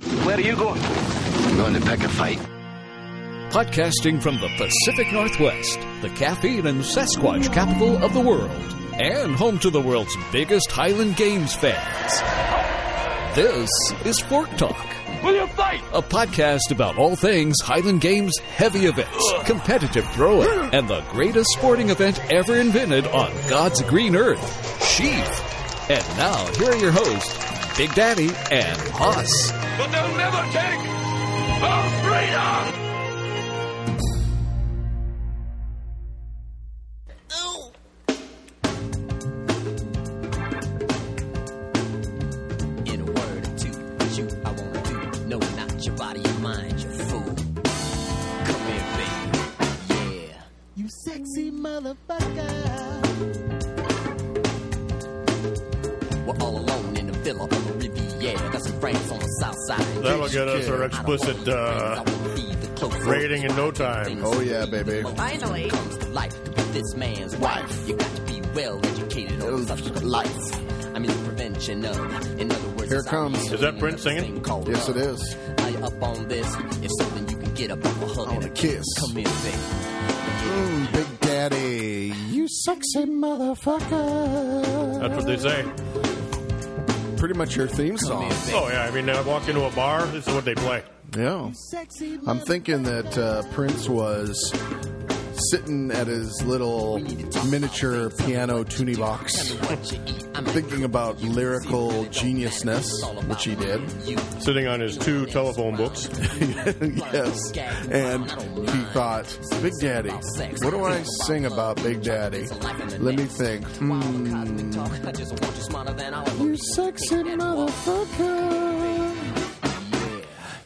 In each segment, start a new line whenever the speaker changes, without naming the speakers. are you going?
I'm going to pick a fight.
Podcasting from the Pacific Northwest, the caffeine and Sasquatch capital of the world, and home to the world's biggest Highland Games fans. This is Fork Talk.
Will you fight?
A podcast about all things Highland Games heavy events, competitive throwing, and the greatest sporting event ever invented on God's green earth, Sheath. And now, here are your hosts, Big Daddy and Hoss.
But they'll never take our freedom!
That'll get us our explicit uh, rating in no time.
Oh yeah, baby!
Finally,
life to be this man's wife. You got to be well educated on subject life. I mean the prevention of. In other words,
here comes.
Is that Prince singing?
Yes, it is.
Are you up on this? If something you can get up on a hug
and a kiss.
Come in, baby.
Mm, Big Daddy, you sexy motherfucker.
That's what they say
pretty much your theme song.
Oh yeah, I mean, I walk into a bar, this is what they play.
Yeah, I'm thinking that uh, Prince was sitting at his little miniature piano tuning box, thinking about lyrical geniusness, which he did.
Sitting on his two telephone books.
yes. And he thought, Big Daddy, what do I sing about Big Daddy? Let me think. Hmm. Mm, you sexy motherfucker.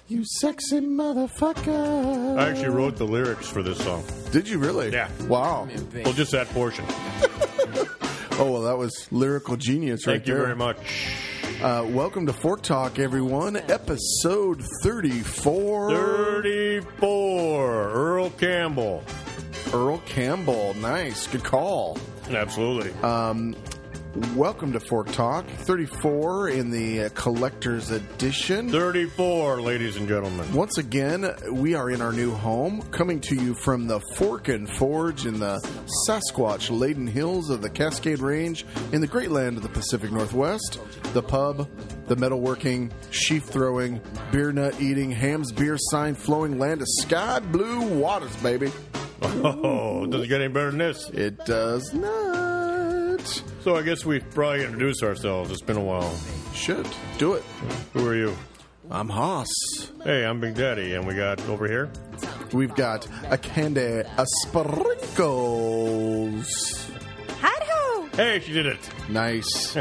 You sexy motherfucker.
I actually wrote the lyrics for this song.
Did you really?
Yeah.
Wow.
Well, just that portion.
oh, well, that was lyrical genius
Thank
right
you
there.
very much.
Uh, welcome to Fork Talk, everyone. Episode 34.
34. Earl Campbell.
Earl Campbell. Nice. Good call.
Absolutely.
Uh, Welcome to Fork Talk. 34 in the uh, collector's edition.
34, ladies and gentlemen.
Once again, we are in our new home, coming to you from the Fork and Forge in the Sasquatch laden hills of the Cascade Range in the great land of the Pacific Northwest. The pub, the metalworking, sheaf throwing, beer nut eating, hams beer sign flowing land of sky blue waters, baby.
Oh, doesn't get any better than this.
It does not.
So I guess we probably introduce ourselves. It's been a while.
Should do it.
Who are you?
I'm Haas.
Hey, I'm Big Daddy, and we got over here.
We've got a candy, a sprinkles.
had ho!
Hey, she did it.
Nice.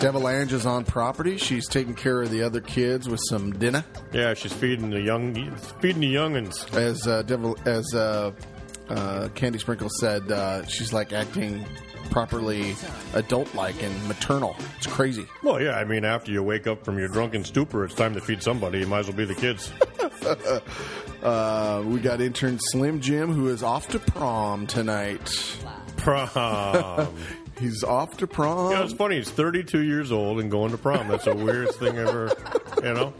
Devil Ange is on property. She's taking care of the other kids with some dinner.
Yeah, she's feeding the young, feeding the youngins.
As uh, Devil, as uh, uh, Candy Sprinkle said, uh, she's like acting properly adult-like and maternal. It's crazy.
Well, yeah, I mean, after you wake up from your drunken stupor, it's time to feed somebody. You might as well be the kids.
Uh, we got intern Slim Jim who is off to prom tonight.
prom.
He's off to prom.
you know, it's funny. He's 32 years old and going to prom. That's the weirdest thing ever. You know,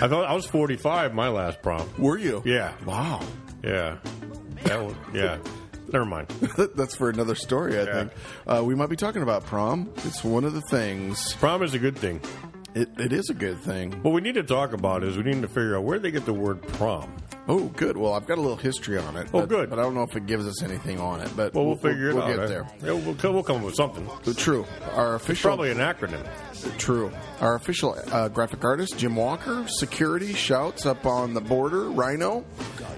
I thought I was 45 my last prom.
Were you?
Yeah,
Wow.
yeah, that was, yeah. Never mind.
That's for another story, I
Yeah.
think. Uh, we might be talking about prom. It's one of the things.
Prom is a good thing.
It, it is a good thing.
What we need to talk about is we need to figure out where they get the word prom.
Oh, good. Well, I've got a little history on it.
Oh,
but-
good.
But I don't know if it gives us anything on it. But
Well, we'll, figure
we'll,
it out.
We'll get
eh?
there.
Yeah, we'll, we'll come up with something.
But True. Our official.
Probably an acronym.
True. Our official uh, graphic artist, Jim Walker. Security shouts up on the border, Rhino.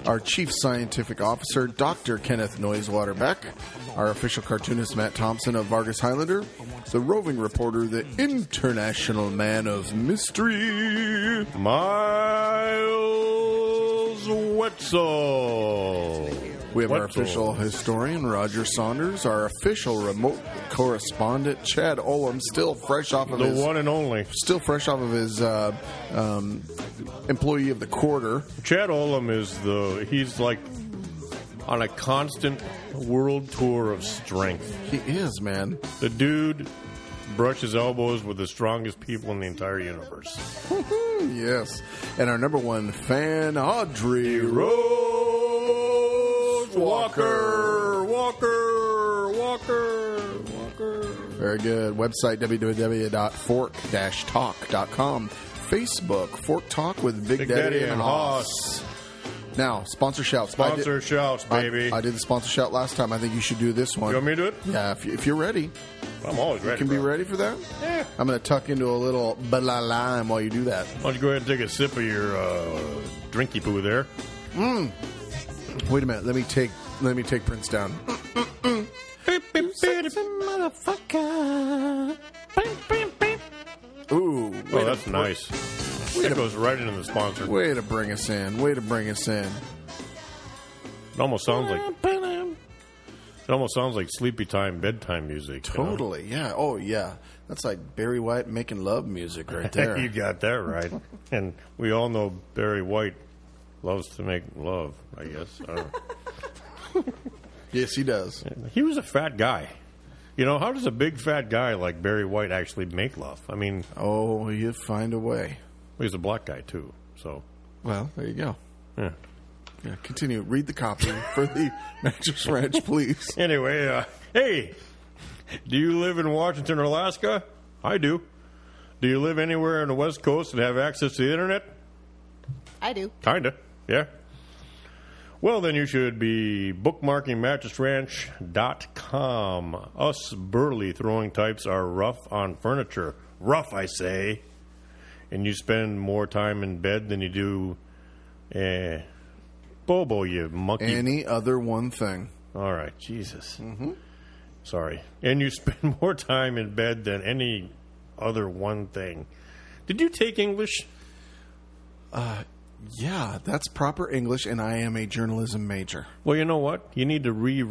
Our chief scientific officer, Dr. Kenneth Noisewater Beck. Our official cartoonist, Matt Thompson of Vargas Highlander. The roving reporter, the international man of mystery.
Miles Wetzel.
We have our
Wetzel.
official historian, Roger Saunders. Our official remote correspondent, Chad Olam, still fresh off of
The
his.
one and only.
Still fresh off of his uh, um, employee of the quarter.
Chad Olam is the. He's like on a constant world tour of strength.
He is, man.
The dude brushes elbows with the strongest people in the entire universe.
yes. And our number one fan, Audrey
Rose
Walker.
Walker, Walker, Walker.
Very good. Website www.fork-talk.com. Facebook Fork Talk with Big,
Big
Daddy,
Daddy
and,
and
Hoss. Now, sponsor shouts. I
Sponsor
did,
shouts,
I-
baby.
I, did the sponsor shout last time. I think you should do this one.
you want me to do it?
yeah, if, you, if you're ready,
I'm always ready.
can be
bro.
ready for that.
Yeah.
I'm going to tuck into a little bala lime while you do that.
Why don't you go ahead and take a sip of your uh, drinky poo there?
Wait a minute. Let me take let me take Prince down. Ooh,
Oh, that's nice. That goes right into the sponsor.
way to bring us in. Way to bring us in.
It almost sounds like it almost sounds like sleepy time bedtime music. you know?
Totally. Yeah. Oh, yeah. That's like Barry White making love music right there.
you got that right. and we all know Barry White loves to make love. I guess I don't
yes, he does.
know. he was a fat guy. You know how does a big fat guy like Barry White actually make love? I mean,
Oh, you find a way.
he's a black guy too, so
Well, there you go.
yeah.
Yeah, continue. Read the copy for the Mattress Ranch, please.
Anyway, uh, hey, do you live in Washington or Alaska? I do. Do you live anywhere on the West Coast and have access to the internet?
I do.
Kinda, yeah. Well, then you should be bookmarking mattressranch.com. Us burly throwing types are rough on furniture. Rough, I say. And you spend more time in bed than you do. Eh, Bobo, you monkey.
Any other one thing?
All right, Jesus. Mm-hmm. Sorry. And you spend more time in bed than any other one thing. Did you take English?
Yeah, that's proper English, and I am a journalism major.
Well, you know what? You need to re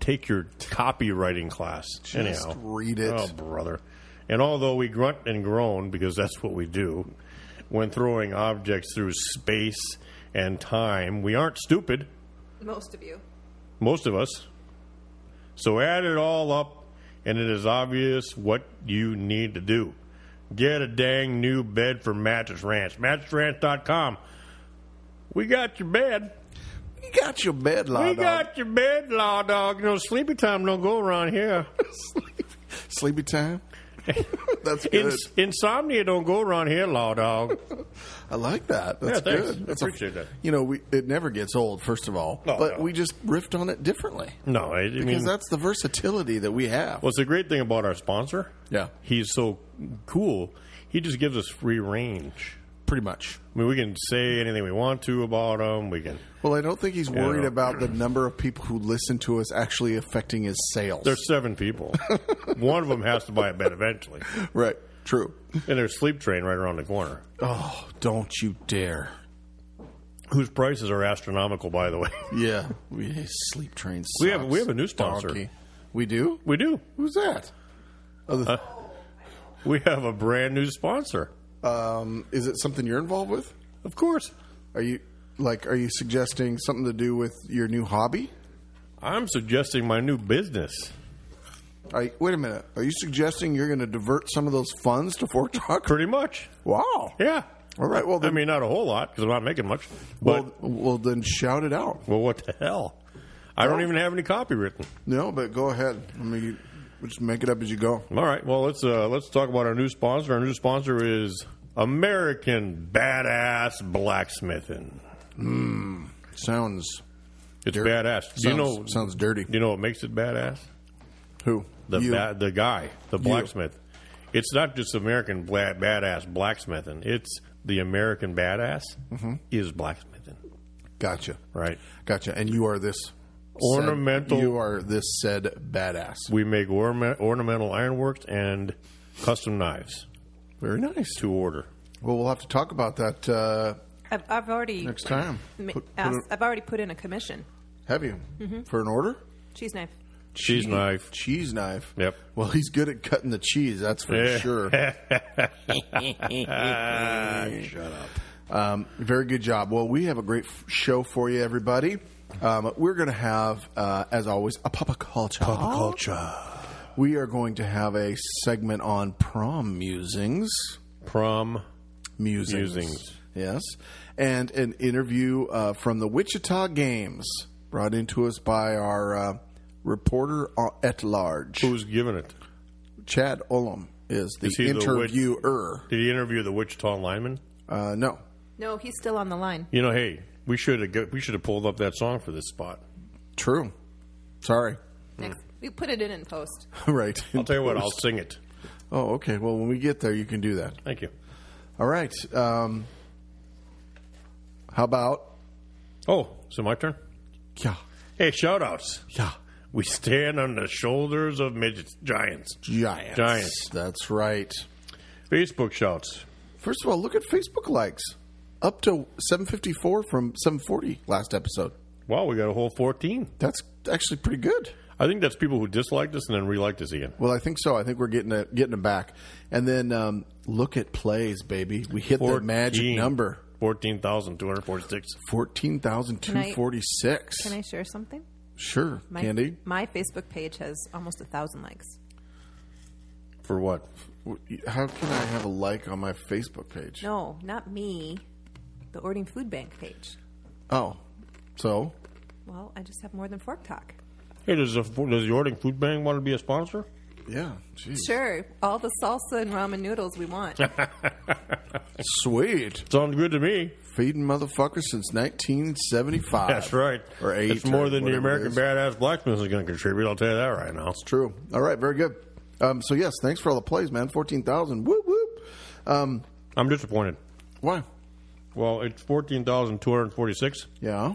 take your copywriting class.
Just
Anyhow.
read it.
Oh, brother. And although we grunt and groan, because that's what we do, when throwing objects through space and time, we aren't stupid,
Most of you.
most of us. So add it all up, and it is obvious what you need to do. Get a dang new bed for Mattress Ranch. MattressRanch.com. We got your bed.
You got your bed, Law
We
Dog.
got your bed, law dog. You know, sleepy time don't go around here.
Sleepy time. that's good.
Ins- insomnia don't go around here, law dog.
I like that. That's
thanks.
good.
I
That's
appreciate that.
You know, we, it never gets old. First of all,
No,
but
no.
we just riffed on it differently
No, I, I
because
mean,
that's the versatility that we have.
what's the great thing about our sponsor?
Yeah.
He's so cool. He just gives us free range.
Pretty much.
I mean, we can say anything we want to about him. We can.
Well, I don't think he's worried
Yeah.
about the number of people who listen to us actually affecting his sales.
There's seven people. One of them has to buy a bed eventually.
right. True.
And there's Sleep Train right around the corner,
Oh, don't you dare.
whose prices are astronomical, by the way.
Yeah. We sleep train
We have-
sucks,
we have a new sponsor.
donkey. We do?
We do.
Who's that? Other-
We have a brand new sponsor.
um, is it something you're involved with?
Of course.
Are you like are you suggesting something to do with your new hobby?
I'm suggesting my new business.
Are you, wait a minute. Are you suggesting you're going to divert some of those funds to Fork Talk?
Pretty much.
Wow.
Yeah.
All right. Well,
I
then,
mean, not a whole lot because I'm not making much. But
well,
well,
well, then shout it out.
what the hell? I don't even have any copy written.
No, but go ahead. I mean, you- we'll just make it up as you go.
All right. Well, let's uh, let's talk about our new sponsor. Our new sponsor is American Badass Blacksmithing.
Sounds
It's
Dirty.
badass. Do you
sounds-
know?
sounds dirty.
Do you know what makes it badass?
Who
The
You.
ba- the guy, the blacksmith. It's not just American bla- badass blacksmithing. It's the American badass
Mm-hmm.
is blacksmithing,
Gotcha.
right?
Gotcha. And you are this
Ornamental-
Said, you are this said badass.
We make orna- ornamental ironworks and custom knives
Very nice.
to order.
Well, we'll have to talk about that uh,
I've, I've already
next time.
ma-
Put- put
asked,
it-
I've already put in a commission.
have you for an order?
Cheese knife.
Cheese knife.
Cheese knife.
Yep.
Well, he's good at cutting the cheese. That's for
Yeah.
sure.
Shut up.
Um, very good job. Well, we have a great f- show for you, everybody. Um, we're going to have, uh, as always, a pop culture. Pop culture. We are going to have a segment on prom musings.
Prom.
Musings.
Musings.
Yes. And an interview uh, from the Wichita Games brought into us by our uh, reporter uh, at large.
Who's giving it?
Chad Olam is the
Is he the wit-
interviewer.
Did he interview the Wichita lineman?
uh, no.
No, he's still on the line.
You know, hey, we should have got- we should have pulled up that song for this spot.
True. Sorry.
Next, we put it in in post.
right.
I'll tell you what, I'll sing it.
Oh, okay. Well, when we get there, you can do that.
Thank you.
All right. Um, how about?
Oh, is it my turn?
Yeah.
Hey, shout outs.
Yeah.
We stand on the shoulders of midgets, giants.
Giants.
Giants.
That's right.
Facebook shouts.
First of all, look at Facebook likes. Up to 754 from 740 last episode.
Wow, we got a whole 14.
That's actually pretty good.
I think that's people who disliked us and then reliked us again.
Well, I think so. I think we're getting it, getting it back. And then um, look at plays, baby. We hit the magic
14.
number
14,246.
I-
14,246.
Can I share something?
Sure,
My,
Candy.
My Facebook page has almost a thousand likes.
For what?
W- How can I have a like on my Facebook page?
No, not me. The Ording Food Bank page.
Oh, so
Well, I just have more than Fork Talk.
Hey, does the, does the Ording Food Bank want to be a sponsor?
yeah, geez.
Sure, all the salsa and ramen noodles we want.
sweet.
Sounds good to me.
Feeding motherfuckers since 1975.
That's right.
Or eight.
It's more than the American
band.
Badass Blacksmith is going to contribute. I'll tell you that right now.
True. All right, very good. Um, so yes, thanks for all the plays, man. Fourteen thousand. Whoop whoop. Um,
I'm disappointed.
why?
Well, it's 14,246.
Yeah.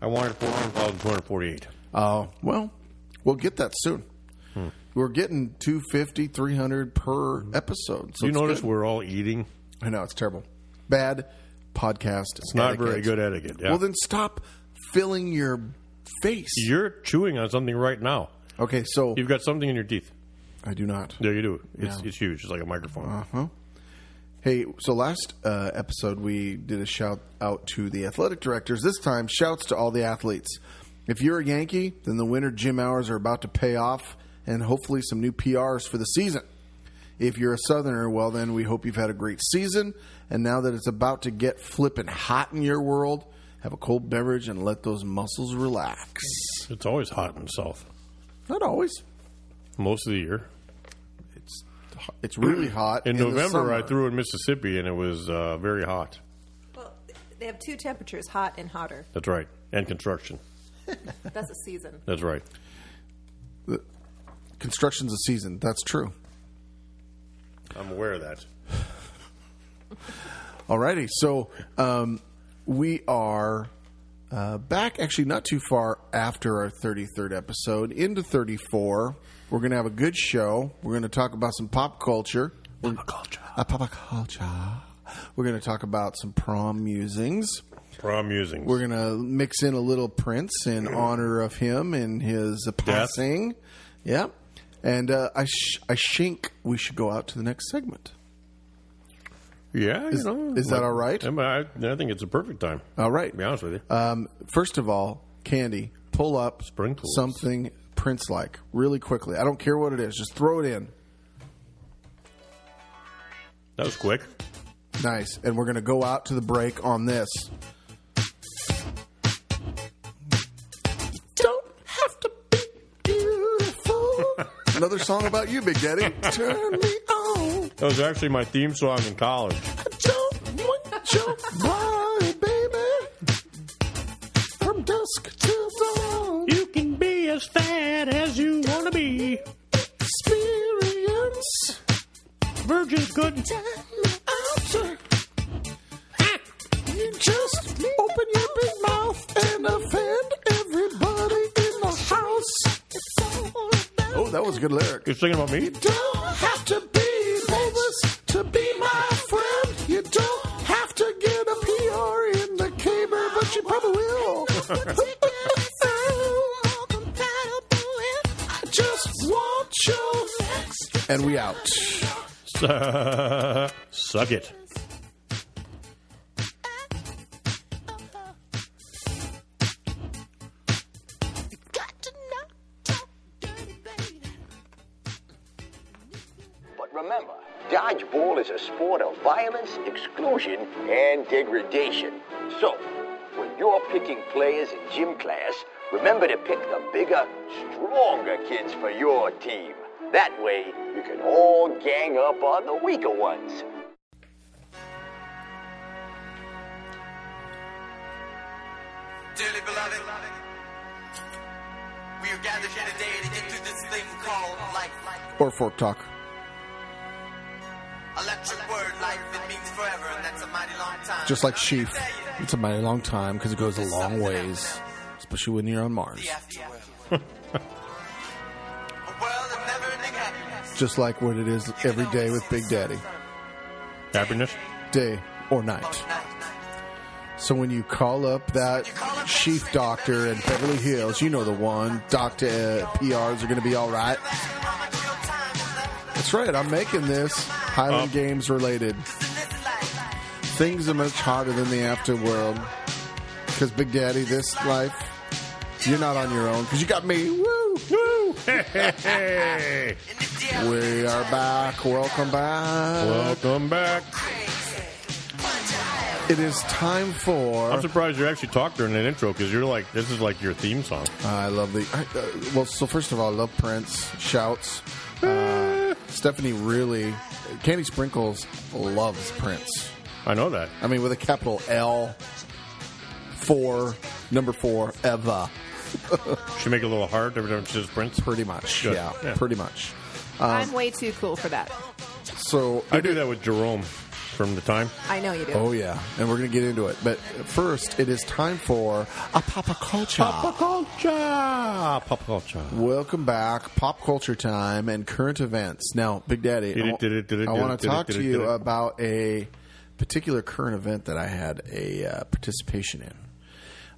I wanted 14,248.
Uh, well, we'll get that soon.
Hmm.
We're getting 250, 300 per episode. So
Do you
it's
notice
good.
we're all eating?
I know it's terrible. Bad podcast. It's
not very good etiquette, yeah.
Well, then stop filling your face.
You're chewing on something right now.
okay, so
You've got something in your teeth.
I do not.
Yeah, you do. It's,
Yeah. Uh-huh.
it's huge. It's like a microphone.
Hey, so last uh, episode we did a shout out to the athletic directors. This time, shouts to all the athletes. If you're a Yankee, then the winter gym hours are about to pay off, and hopefully some new PRs for the season. If you're a Southerner, well, then we hope you've had a great season. And now that it's about to get flippin' hot in your world, have a cold beverage and let those muscles relax.
It's always hot in the south
Not always.
most of the year.
It's it's really hot
In,
the
November, I
summer.
threw in Mississippi, and it was uh, very hot.
well, they have two temperatures, hot and hotter.
That's right. And construction.
That's a season.
That's right.
construction's a season. That's true.
I'm aware of that.
Alrighty, so um, we are uh, back. Actually, not too far after our thirty-third episode, into thirty-four. We're gonna have a good show. We're gonna talk about some pop culture. Pop culture. pop culture. We're gonna talk about some prom musings.
Prom musings.
We're gonna mix in a little Prince in honor of him and his passing. Yep. And uh, I, sh- I think we should go out to the next segment.
yeah,
Is- is that all right?
I, I think it's a perfect time.
All right.
To be honest with you.
Um, first of all, Candy, pull up
Spring tools.
something Prince like really quickly. I don't care what it is, just throw it in.
that was quick.
Nice. And we're going to go out to the break on this. Don't have to be beautiful. Another song about you, Big Daddy. Turn me on.
That was actually my theme song in college.
I don't want your body, baby. From dusk till dawn.
You can be as fat as you want to be.
Experience.
Virgin good.
You just open your big mouth and offend everybody in the house. Oh, that was a good lyric.
You're singing about me?
Don't have to be famous to be my friend. You don't have to get a PR in the caber, but you probably will. I just want your and we out.
Suck it.
dodgeball is a sport of violence, exclusion, and degradation. So, when you're picking players in gym class, remember to pick the bigger, stronger kids for your team. That way, you can all gang up on the weaker ones.
Dearly beloved, we are gathered here today to get through this thing called life.
Or fork talk.
Electric word, life, it means forever, and that's a mighty long time.
Just like
I'm gonna
Sheaf.
tell you,
It's a mighty long time because it goes a long ways, especially when you're on Mars.
The afterworld. a world of never-ending happiness.
Just like what it is every day with Big Daddy,
Happiness.
day or night.
Most night.
So when you call up that Sheaf doctor in Beverly Hills, you know the one, Dr. Uh, PRs are going to be all right.
How much real time is left?
That's right, I'm making this Highland
Up.
Games related.
in this life?
Things are much hotter than the afterworld. Because Big Daddy, this life, you're not on your own because you got me. Woo! Woo!
Hey,
In this dear
We are back. Welcome back.
welcome back.
It is time
I'm
for.
surprised you actually talked during that intro because you're like, this is like your theme song.
I love the. I, uh, well, so first of all, I love Prince shouts. Uh, Stephanie really, Candy Sprinkles loves Prince.
I know that.
I mean, with a capital L. Four, number four, ever,
She make a little heart every time she says Prince.
pretty much.
Good.
Yeah,
Yeah.
pretty much.
I'm way too cool for that.
So
I do that with Jerome from the time.
I know you do.
Oh yeah, and we're gonna get into it. But first, it is time for a pop culture.
Pop culture, pop culture.
Welcome back, pop culture time and current events. Now, Big Daddy, I wa- I want to talk to you about a particular current event that I had a uh, participation in.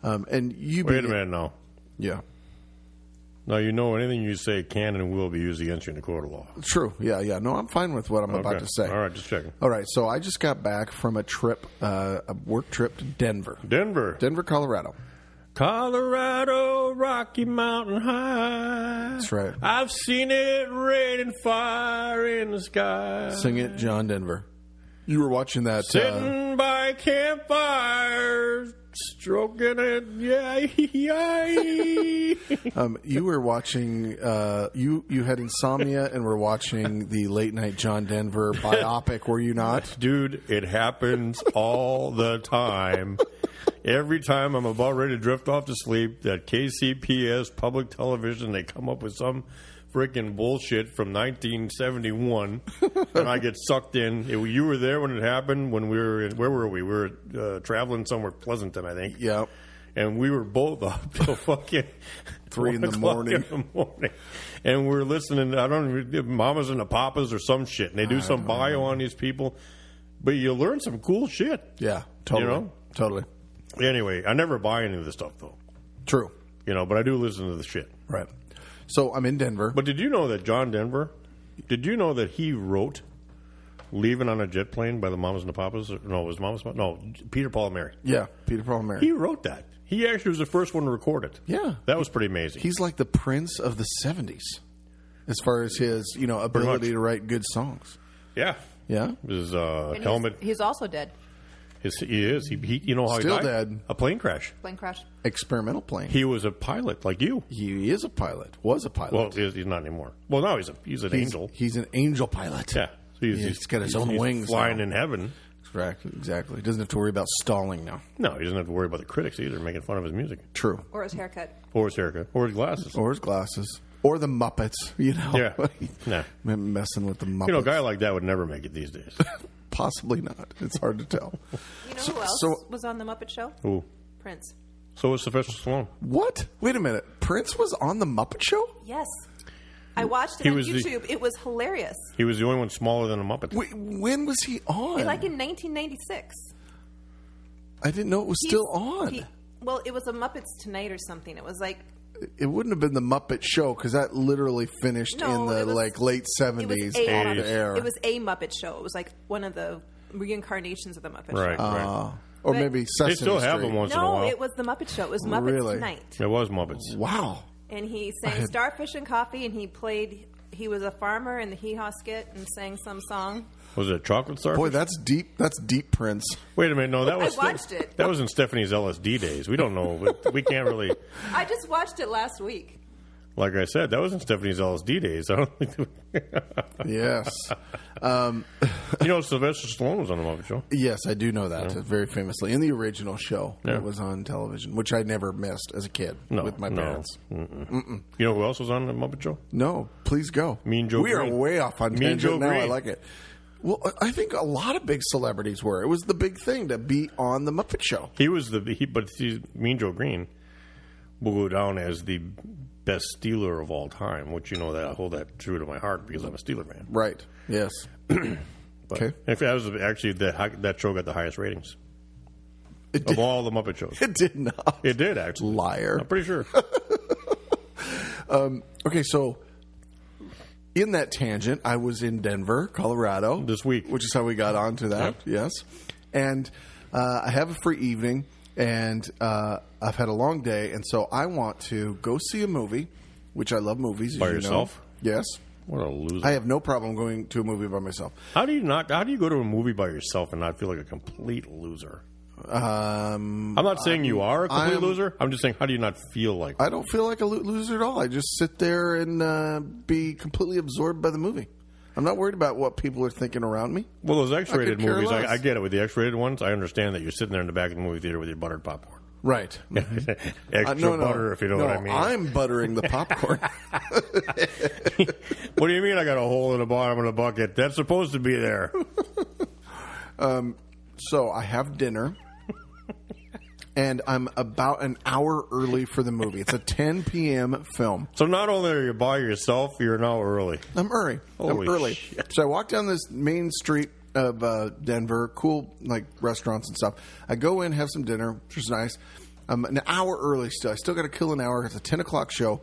Um, and you
Wait a
being-
minute now.
Yeah,
Now you know anything you say can and will be used against you in a court of law.
true. Yeah, yeah. No, I'm fine with what I'm about
Okay.
to say.
All right, just checking.
All right. So I just got back from a trip, uh, a work trip to Denver,
Denver,
Denver, Colorado.
Colorado, Rocky Mountain High.
That's right.
I've seen it rain and fire in the sky.
Sing it, John Denver. You were watching that. uh,
Sitting by campfires, stroking it, yeah, yeah.
Um, you were watching. Uh, you you had insomnia and were watching the late night John Denver biopic. Were you not?
Dude, it happens all the time. Every time I'm about ready to drift off to sleep, that KCPS public television, they come up with some freaking bullshit from 1971, and I get sucked in. It- you were there when it happened. When we were in, where were we? We were uh, traveling somewhere Pleasanton, I think.
Yeah.
And we were both up till fucking
Three in the
1 o'clock
morning.
in the morning. And we're listening. I don't know, if Mamas and the Papas or some shit. And they do some bio on these people. But you learn some cool shit.
Yeah, totally,
You know?
totally
Anyway, I never buy any of this stuff, though.
true.
You know, but I do listen to the shit.
Right. So I'm in Denver.
But did you know that John Denver, did you know that he wrote Leaving on a Jet Plane by the Mamas and the Papas? No, it was Mamas. No, Peter, Paul, and Mary.
yeah, Peter Paul and Mary.
He wrote that. He actually was the first one to record it.
Yeah.
That was pretty amazing.
He's like the prince of the '70s, as far as his you know ability
much.
to write good songs.
yeah.
Yeah.
His uh,
And he's-
helmet.
He's, also dead.
His, he is. He, he, you know how
Still
he died?
dead.
A plane crash.
Plane crash.
Experimental plane. He,
He was a pilot like you.
is a pilot. Was a pilot.
Well, he- he's not anymore. Well, now he's a he's an
he's,
angel.
He's an angel pilot.
yeah, So
Yeah, he's got his own
he's
wings
flying
now.
in heaven.
Correct. Exactly. Doesn't have to worry about stalling now.
No, he doesn't have to worry about the critics either making fun of his music
True.
Or his haircut.
or his haircut or his glasses.
or his glasses, or the Muppets. You know,
Yeah. Yeah.
M- messing with the Muppets.
you know, a guy like that would never make it these days.
possibly not. It's hard to tell.
You know
So-
who else
so-
was on the Muppet Show?
Ooh.
Prince.
So was Sylvester Stallone.
What? Wait a minute. Prince was on the Muppet Show.
Yes. I watched it
He
on
was the-
YouTube. It was hilarious.
He was the only one smaller than a Muppet.
Wait, when was he on?
Like in 1996.
I didn't know it was
He's-
still on.
he- well, it was a Muppets Tonight or something. It was like
it wouldn't have been the Muppet Show because that literally finished
no,
in the
it was-
like late seventies
It was a
on
Muppet-
the air,
It was a Muppet Show. It was like one of the reincarnations of the Muppet
right,
Show.
right.
Uh, or
but-
maybe Sesame
They still have
Street.
them once in a
No,
while.
it was the Muppet Show. It was Muppets
Really?
Tonight,
It was Muppets.
Wow.
and he sang
had-
"Starfish and Coffee," and he played. He was a farmer in the Hee Haw skit and sang some song.
Was it a chocolate starfish?
Boy, that's deep. That's deep, Prince.
Wait a minute, no, that
I
was
watched it.
that was in Stephanie's LSD days. We don't know, but we can't really.
I just watched it last week.
Like I said, that was in Stephanie's LSD days. I don't think
Yes, um,
you know Sylvester Stallone was on the Muppet Show.
yes, I do know that very famously in the original show
Yeah.
that was on television, which I never missed as a kid
No,
with my
no. Mm.
parents.
You know who else was on the Muppet Show?
No, please go.
Mean Joe
We are
Green.
way off on
Mean
tangent
Joe
now. I
Green.
like it. Well, I- I think a lot of big celebrities were. It was the big thing to be on the Muppet Show.
He was the he, but he, Mean Joe Green will go down as the best Steeler of all time. Which you know that I hold that true to my heart because I'm a Steeler man.
Right. Yes.
But
Okay.
In fact, that was actually the, hi- that show got the highest ratings
It
of
did,
all the Muppet shows.
it did not.
It did actually.
Liar.
I'm pretty sure.
Okay, so in that tangent, I was in Denver, Colorado
This week.
which is how we got onto that. Yes, and uh, I have a free evening, and uh, I've had a long day, and so I want to go see a movie, which I love movies.
By
as you know.
yourself?
Yes,
What a loser!
I have no problem going to a movie by myself.
how do you not? How do you go to a movie by yourself and not feel like a complete loser?
Um,
I'm not saying you are a complete
I'm-
loser. I'm just saying, how do you not feel like?
I don't feel like a lo- loser at all. I just sit there and uh, be completely absorbed by the movie. I'm not worried about what people are thinking around me.
well, those X-rated
could care
movies,
less.
I, I get it. With the X-rated ones, I understand that you're sitting there in the back of the movie theater with your buttered popcorn,
Right.
extra
Uh, no, no.
butter, if you know
No,
what I mean.
I'm buttering the popcorn.
What do you mean? I got a hole in the bottom of the bucket? That's supposed to be there.
so I have dinner, and I'm about an hour early for the movie. It's a 10 p.m. film.
so not only are you by yourself, you're now early.
I'm early.
Holy
I'm early.
shit.
So I walk down this main street of uh, Denver, cool like restaurants and stuff. I go in, have some dinner, which is nice. I'm an hour early still. I still got to kill an hour. It's a 10 o'clock show.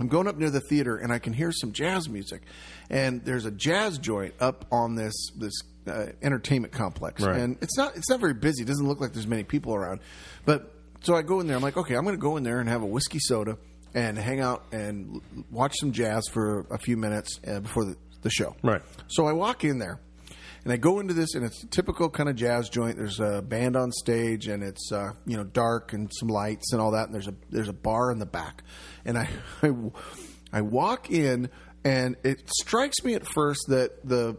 I'm going up near the theater and I can hear some jazz music. And there's a jazz joint up on this this uh, entertainment complex.
Right.
And it's not it's not very busy. It doesn't look like there's many people around. But so I go in there. I'm like, okay, I'm going to go in there and have a whiskey soda and hang out and l- watch some jazz for a few minutes uh, before the, the show.
Right.
So I walk in there, and I go into this, and it's a typical kind of jazz joint. There's a band on stage, and it's uh, you know dark and some lights and all that. And there's a there's a bar in the back, and I I, I walk in, and it strikes me at first that the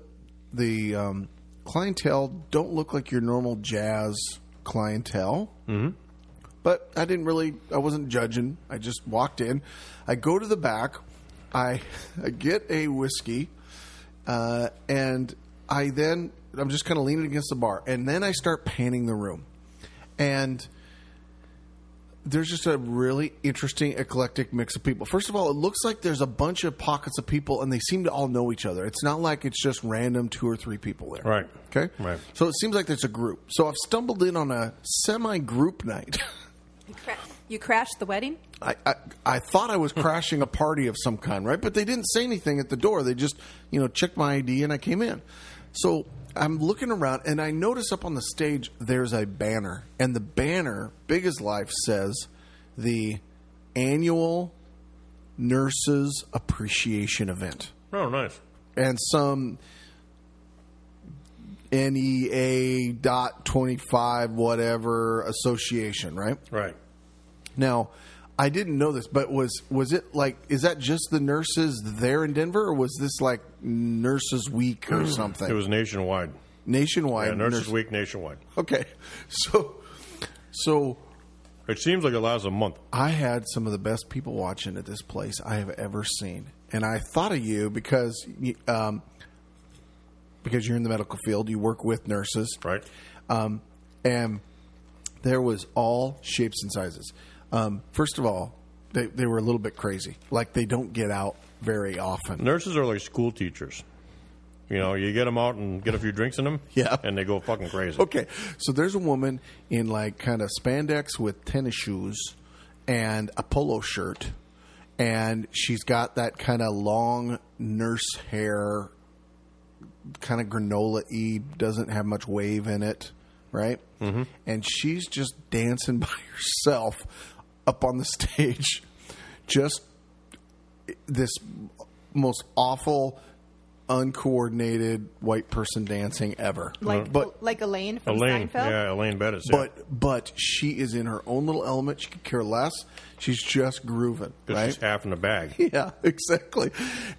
the um, clientele don't look like your normal jazz clientele but I didn't really. I wasn't judging. I just walked in. I go to the back. I, I get a whiskey, uh, and I then I'm just kind of leaning against the bar, and then I start panning the room, and there's just a really interesting eclectic mix of people. First of all, it looks like there's a bunch of pockets of people, and they seem to all know each other. It's not like it's just random two or three people there,
Right.
Okay,
Right.
So it seems like there's a group. So I've stumbled in on a semi-group night.
You, cra- you crashed the wedding?
I, I, I thought I was crashing a party of some kind, right? But they didn't say anything at the door. They just, you know, checked my ID and I came in. So I'm looking around and I notice up on the stage there's a banner. And the banner, big as life, says the annual nurses appreciation event.
Oh, nice.
And some NEA dot twenty five whatever association, right?
Right.
Now, I didn't know this, but was was it like is that just the nurses there in Denver, or was this like Nurses Week or something?
Hmm. It was nationwide.
nationwide.
Yeah, Nurses
nurse-
Week nationwide.
Okay, so so
It seems like it lasts a month.
I had some of the best people watching at this place I have ever seen, and I thought of you because you- um, because you're in the medical field, you work with nurses,
Right.
um, and there was all shapes and sizes. Um, first of all, they, they were a little bit crazy. Like they don't get out very often.
Nurses are like school teachers. You know, you get them out and get a few drinks in them,
Yeah.
and they go fucking crazy.
Okay, so there's a woman in like kind of spandex with tennis shoes and a polo shirt, and she's got that kind of long nurse hair, kind of granola y, doesn't have much wave in it, right? Mm-hmm. And she's just dancing by herself up on the stage, just this most awful uncoordinated white person dancing ever.
Like
but
like Elaine from
Elaine,
Steinfeld.
yeah, Elaine Bettis. yeah.
but but she is in her own little element. She could care less. She's just grooving,
'Cause
right?
she's half in the bag.
Yeah, exactly.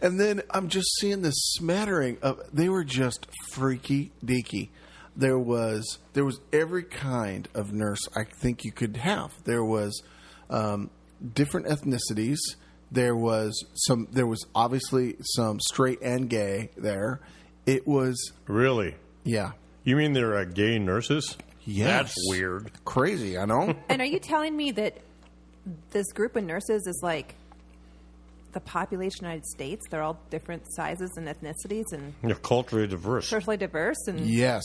And then I'm just seeing this smattering of they were just freaky deaky. There was there was every kind of nurse I think you could have. There was um, different ethnicities. There was some. There was obviously some straight and gay there. It was
Really?
yeah,
You mean there are gay nurses?
Yes.
That's weird.
crazy. I know.
And are you telling me that this group of nurses is like the population of the United States? They're all different sizes and ethnicities and
They're culturally diverse.
socially diverse and
yes.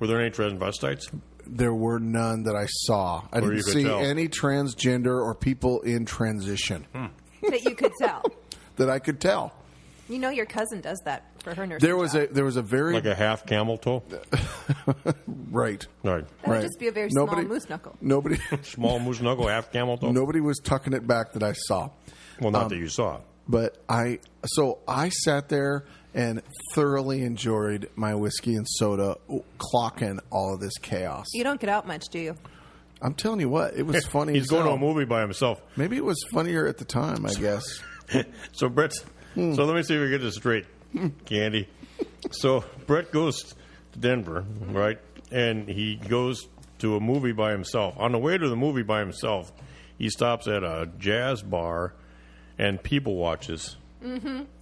Were there any transvestites?
there were none that I saw. I
Or
didn't
you could
see
tell.
any transgender or people in transition
Hmm.
that you could tell.
that I could tell.
You know, your cousin does that for her nurse.
There was a there was a very
Like a half camel toe?
right.
Right.
That would
right.
just be a very small moose knuckle.
Nobody
Small moose knuckle, half camel toe?
nobody was tucking it back that I saw.
Well, not that you saw.
But I so I sat there and thoroughly enjoyed my whiskey and soda clocking all of this chaos.
You don't get out much, do you?
I'm telling you what, it was funny.
He's
as
going to
hell.
a movie by himself.
Maybe it was funnier at the time, I guess.
So Brett's. So let me see if we get this straight, Candy. So Brett goes to Denver, right? And he goes to a movie by himself. On the way to the movie by himself, he stops at a jazz bar and people watches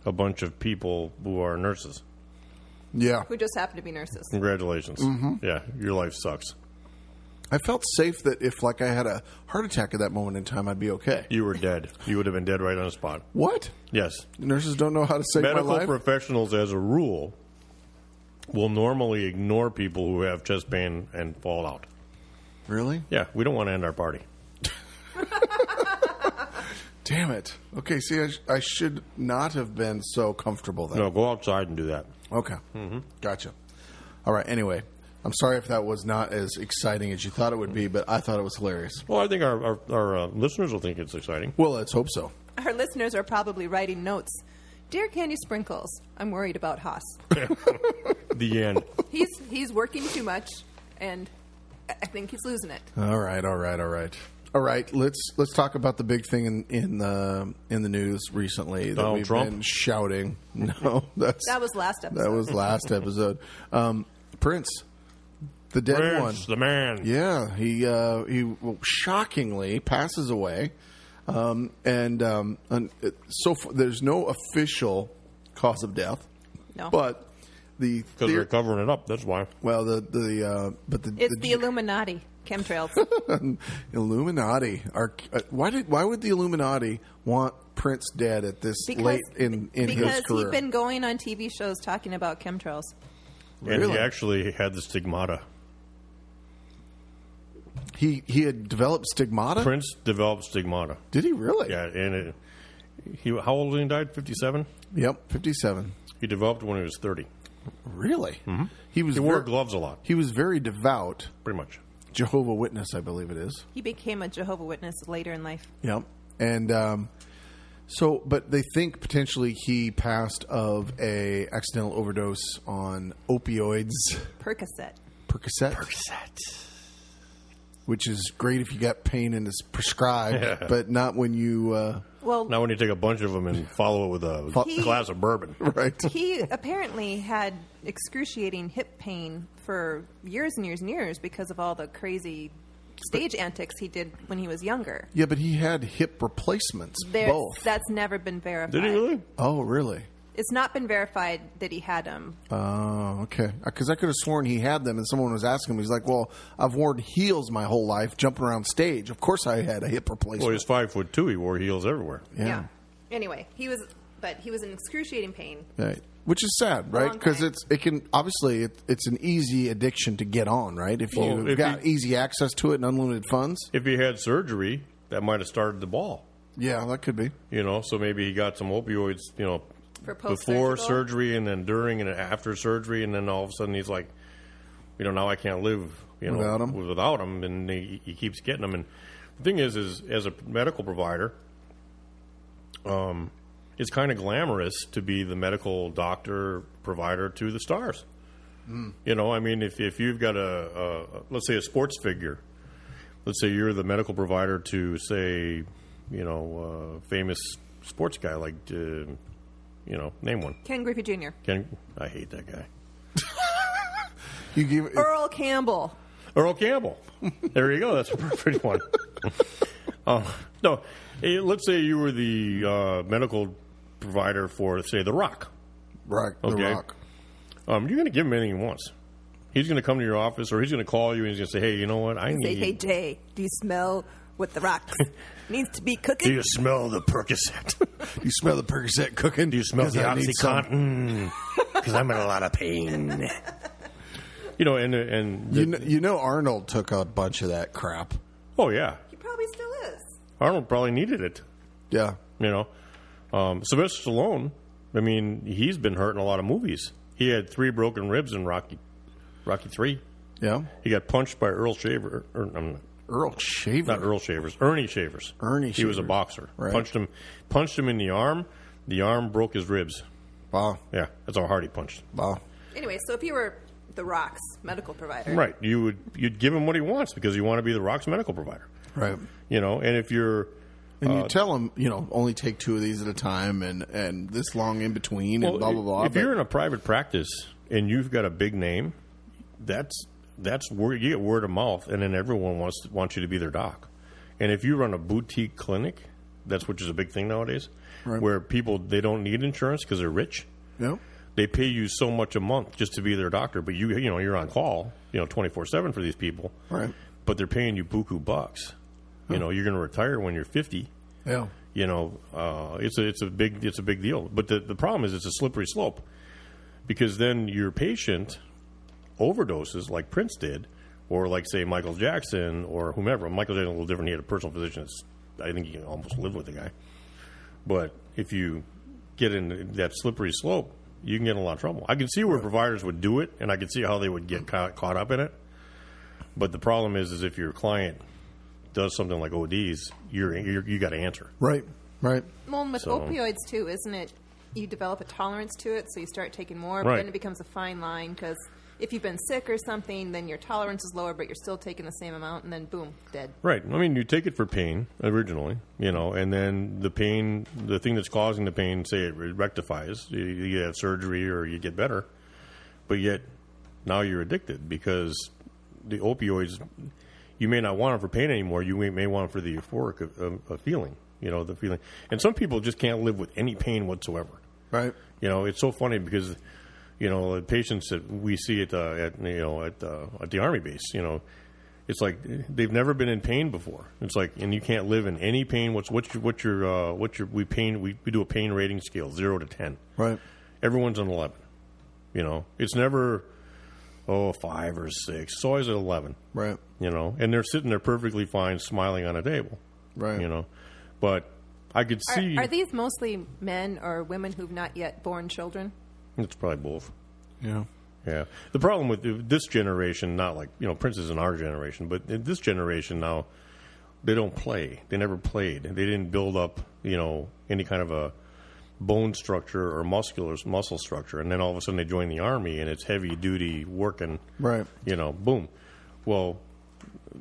a bunch of people who are nurses.
Yeah.
Who just happen to be nurses.
Congratulations. Yeah, your life sucks.
I felt safe that if like I had a heart attack at that moment in time, I'd be okay.
You were dead. You would have been dead right on the spot.
What?
Yes.
Nurses don't know how to save
Medical
my life.
professionals, as a rule, will normally ignore people who have chest pain and fallout.
really?
Yeah, we don't want to end our party.
Damn it. Okay, see, I, sh- I should not have been so comfortable then.
No, go outside and do that.
Okay. Mm-hmm. Gotcha. All right. Anyway, I'm sorry if that was not as exciting as you thought it would be, but I thought it was hilarious.
Well, I think our, our, our uh, listeners will think it's exciting.
Well, let's hope so.
Our listeners are probably writing notes. Dear Candy Sprinkles, I'm worried about Haas.
The end.
He's he's working too much, and I I think he's losing it.
All right. All right. All right. All right. Let's let's talk about the big thing in in the in the news recently that
Donald
we've
Trump?
been shouting. No, that's
That was last episode.
that was last episode. Um, Prince, the dead one.
Prince, the man.
Yeah, he uh, he well, shockingly passes away, um, and, um, and it, so f- there's no official cause of death.
No.
but the
Because
theor-
they're covering it up, that's why.
well the the uh, but the,
It's the Illuminati chemtrails.
Illuminati are uh, why did why would the Illuminati want Prince dead at this
Because,
late in in
because
his career?
he'd been going on TV shows talking about chemtrails.
And
Really?
he actually had the stigmata.
he he had developed stigmata.
Prince developed stigmata.
Did he really?
Yeah, and it, he how old when he died? Fifty seven.
Yep, fifty-seven.
He developed when he was thirty.
Really? Mm-hmm. He was
He wore
ver-
gloves a lot,
He was very devout.
pretty much.
Jehovah Witness, I believe it is.
He became a Jehovah Witness later in life.
Yep. And um, so, but they think potentially he passed of a accidental overdose on opioids,
Percocet.
Percocet. Percocet. Which is great if you got pain and it's prescribed, but not when you uh,
Well,
Now, when you take a bunch of them and follow it with a
He-
glass of bourbon,
right.
he apparently had excruciating hip pain for years and years and years because of all the crazy stage antics he did when he was younger.
Yeah, but he had hip replacements.
There's,
both.
That's never been verified.
did he really?
oh, really?
It's not been verified that he had them.
Oh, okay. Because I could have sworn he had them, and someone was asking him. He's like, "Well, I've worn heels my whole life, jumping around stage. Of course, I had a hip replacement."
Well, he's five foot two. He wore heels everywhere.
Yeah. Anyway, he was, but he was in excruciating pain.
Right. Which is sad, right?
Long
Because
time.
it's it can obviously it, it's an easy addiction to get on, right? If
Well,
you've
if
got
you-
easy access to it and unlimited funds,
If he had surgery, that might have started the ball.
yeah, that could be.
You know, so maybe he got some opioids. You know,
For
before
post-surgical?
surgery and then during and after surgery, and then all of a sudden he's like, you know, now I can't live. You know,
Without 'em?
Without him, and he, he keeps getting them. And the thing is, is as a medical provider, um, it's kind of glamorous to be the medical doctor provider to the stars.
Hmm.
You know, I mean, if if you've got a, a let's say a sports figure, let's say you're the medical provider to say, you know, a famous sports guy like, uh, you know, name one.
Ken Griffey Jr.
Ken, I hate that guy.
You give it,
Earl Campbell.
Earl Campbell. There you go. That's a perfect one. Um, no, eh, let's say you were the uh, medical provider for, say, The Rock.
rock, the
Okay.
rock.
Um, you're going to give him anything he wants. He's going to come to your office, or he's going to call you and he's going to say, "Hey, you know what? I
Say,
need."
hey Jay, do you smell what the rocks needs to be
Do
cooking?
you smell the Percocet?
Do you smell the Percocet cooking?
Do you smell
'Cause
the
I need some.
OxyContin? Because I'm in a lot of pain. You know, and and
You know, you know Arnold took a bunch of that crap.
oh yeah,
He probably still is.
Arnold probably needed it.
Yeah.
You know, um, Sylvester Stallone. I mean, he's been hurt in a lot of movies. He had three broken ribs in Rocky, Rocky Three.
Yeah.
He got punched by Earl Shaver, or, um,
Earl Shaver.
not Earl Shavers, Ernie Shavers.
Ernie
He was a
Shavers.
boxer.
Right.
Punched him, punched him in the arm. The arm broke his ribs.
Wow.
Yeah, that's how hard he punched.
Wow.
Anyway, so if you were the rocks medical provider,
Right. You would you'd give him what he wants because you want to be the Rock's medical provider.
Right.
You know, and if you're
And
Uh,
you tell him, you know, only take two of these at a time, and and this long in between, and blah blah blah.
if
but-
you're in a private practice and you've got a big name, that's that's word you get word of mouth, and then everyone wants wants you to be their doc. And if you run a boutique clinic, that's which is a big thing nowadays,
Right.
where people they don't need insurance because they're rich.
yeah.
they pay you so much a month just to be their doctor, but you you know you're on call, you know twenty four seven for these people,
Right.
But they're paying you buku bucks. You know you're going to retire when you're fifty.
Yeah.
You know uh, it's a it's a big it's a big deal. But the the problem is it's a slippery slope because then your patient overdoses like Prince did, or like say Michael Jackson or whomever. Michael Jackson was a little different. He had a personal physician. It's, I think you can almost live with the guy. But if you get in that slippery slope, you can get in a lot of trouble. I can see where providers would do it, and I can see how they would get caught, caught up in it. But the problem is, is if your client does something like ODs, you're, you're you got to answer.
Right. Right.
Well, with
So-
opioids too, isn't it? You develop a tolerance to it, so you start taking more, but
Right.
then it becomes a fine line because if you've been sick or something, then your tolerance is lower, but you're still taking the same amount, and then boom, dead.
Right. I mean, you take it for pain originally, you know, and then the pain, the thing that's causing the pain, say it rectifies. You, you have surgery or you get better, but yet now you're addicted because the opioids. You may not want them for pain anymore. You may, may want them for the euphoric of, of, of feeling. You know, the feeling. And some people just can't live with any pain whatsoever.
Right.
You know, it's so funny because, you know, the patients that we see at uh, at you know at uh, at the army base, you know, it's like they've never been in pain before. It's like, and you can't live in any pain. What's what's your what's your uh, what's your we pain we, we do a pain rating scale zero to ten.
Right.
Everyone's an eleven. You know, it's never oh five or six. It's always at eleven.
Right.
You know, and they're sitting there perfectly fine, smiling on a table.
Right.
You know, but I could
Are,
see
are these mostly men or women who've not yet born children?
it's probably both.
Yeah.
Yeah. The problem with this generation, not like, you know, Prince is in our generation, but in this generation now, they don't play. They never played. They didn't build up, you know, any kind of a bone structure or muscular muscle structure. And then all of a sudden they join the army and it's heavy duty working.
Right.
You know, boom. Well,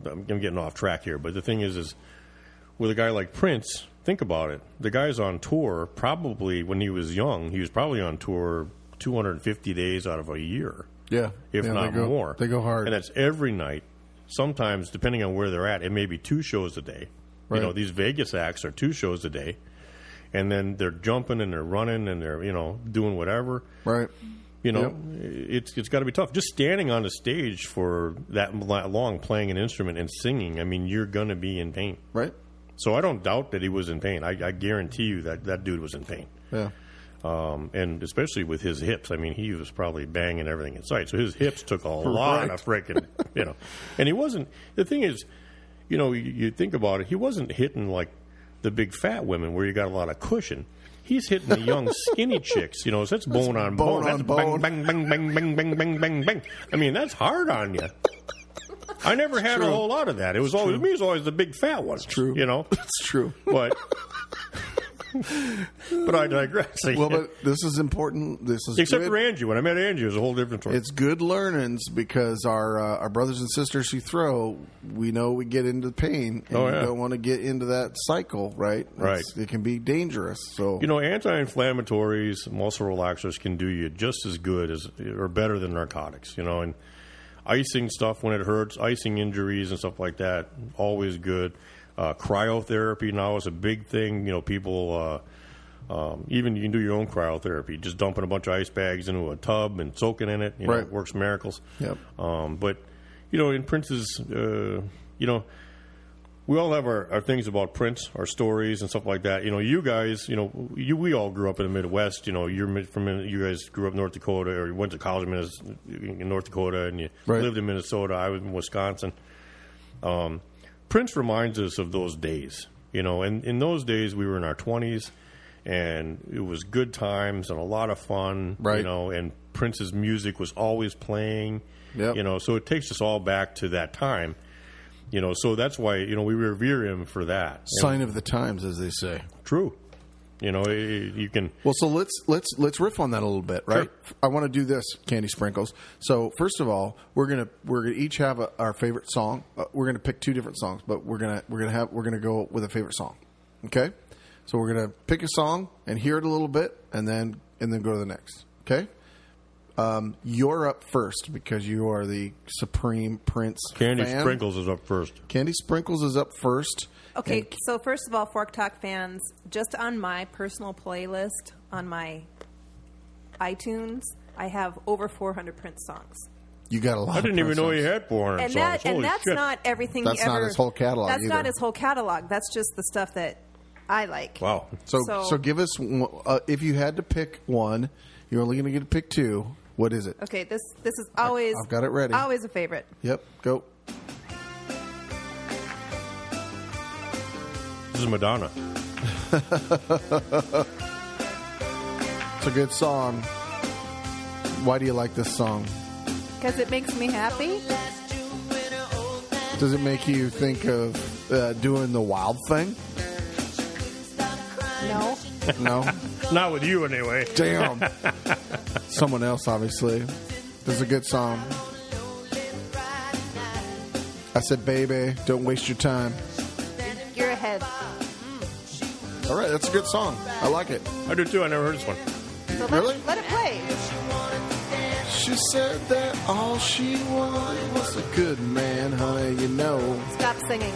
I'm, I'm getting off track here, but the thing is, is with a guy like Prince, think about it. The guy's on tour probably when he was young. He was probably on tour 250 days out of a year,
Yeah.
if
yeah,
not
they go,
more.
They go hard.
and that's every night. Sometimes, depending on where they're at, it may be two shows a day.
Right.
You know, these Vegas acts are two shows a day, and then they're jumping and they're running and they're you know doing whatever.
right.
You know, it's it's got to be tough. Just standing on a stage for that la- long, playing an instrument and singing. I mean, you're gonna be in pain.
Right.
So I don't doubt that he was in pain. I, I guarantee you that that dude was in pain.
Yeah.
Um, and especially with his hips. I mean, he was probably banging everything in sight. So his hips took a lot of freaking, you know. And he wasn't, the thing is, you know, you, you think about it, he wasn't hitting like the big fat women where you got a lot of cushion. He's hitting the young skinny chicks, you know, so that's bone on
bone
bone.
on
that's bang,
bone.
bang, bang, bang, bang, bang, bang, bang, bang. I mean, that's hard on you. I never had a
true.
whole lot of that. It was always, me, it was always the big fat one.
true.
You know?
It's true.
But but I digress.
Well, but this is important. This is
Except
good.
for Angie. When I met Angie, it was a whole different story.
It's good learnings because our uh, our brothers and sisters who throw, we know we get into pain, and
Oh,
we
yeah.
don't want to get into that cycle, right? It's-
Right.
it can be dangerous. So
you know, anti-inflammatories, muscle relaxers can do you just as good as or better than narcotics. You know, and icing stuff when it hurts, icing injuries and stuff like that, always good. Uh, cryotherapy now is a big thing. You know, people uh, um, even you can do your own cryotherapy, just dumping a bunch of ice bags into a tub and soaking in it. You know,
Right.
it works miracles.
Yep.
Um, but you know, in Prince's, uh, you know we all have our, our things about Prince, our stories and stuff like that. You know, you guys, you know, you we all grew up in the Midwest. You know, you're mi- from Min- you guys grew up in North Dakota, or you went to college in, Minnes- in North Dakota, and you
Right.
lived in Minnesota. I was in Wisconsin. Um, Prince reminds us of those days. You know, and in those days we were in our twenties, and it was good times and a lot of fun.
Right.
You know, and Prince's music was always playing.
Yep.
You know, so it takes us all back to that time. You know, so that's why you know we revere him for that.
sign of the times, as they say.
True. You know, it- it- you can.
Well, so let's let's let's riff on that a little bit, right? I want to do this, Candy Sprinkles. So first of all, we're gonna we're gonna each have a, our favorite song. Uh, we're gonna pick two different songs, but we're gonna we're gonna have we're gonna go with a favorite song. Okay, so we're gonna pick a song and hear it a little bit, and then and then go to the next. Okay, um, you're up first because you are the supreme Prince.
Candy
fan.
Sprinkles is up first.
Candy Sprinkles is up first.
Okay, so first of all, Fork Talk fans, just on my personal playlist on my iTunes, I have over 400 Prince songs.
You got a lot.
I didn't
of
even know
Oh, Prince
he
songs.
had 400
And
songs.
that and
Holy
that's
shit.
not everything
That's
he
not
ever
his whole catalog
That's
either.
not his whole catalog. That's just the stuff that I like.
Wow.
So, so,
So-
give us one- uh, if you had to pick one, you're only going to get to pick two. What is it?
Okay, this this is always
I've got it ready.
Always a favorite.
Yep, go.
This is Madonna.
It's a good song. Why do you like this song?
Because it makes me happy.
Does it make you think of uh, doing the wild thing?
No.
No,
Not with you anyway.
damn. Someone else, obviously. This is a good song. I said, baby, don't waste your time.
You're ahead.
All right, that's a good song. I like it.
I do too. I never heard this one.
So let,
Really?
let it play.
She said that all she wanted was a good man, honey, you know.
Stop singing.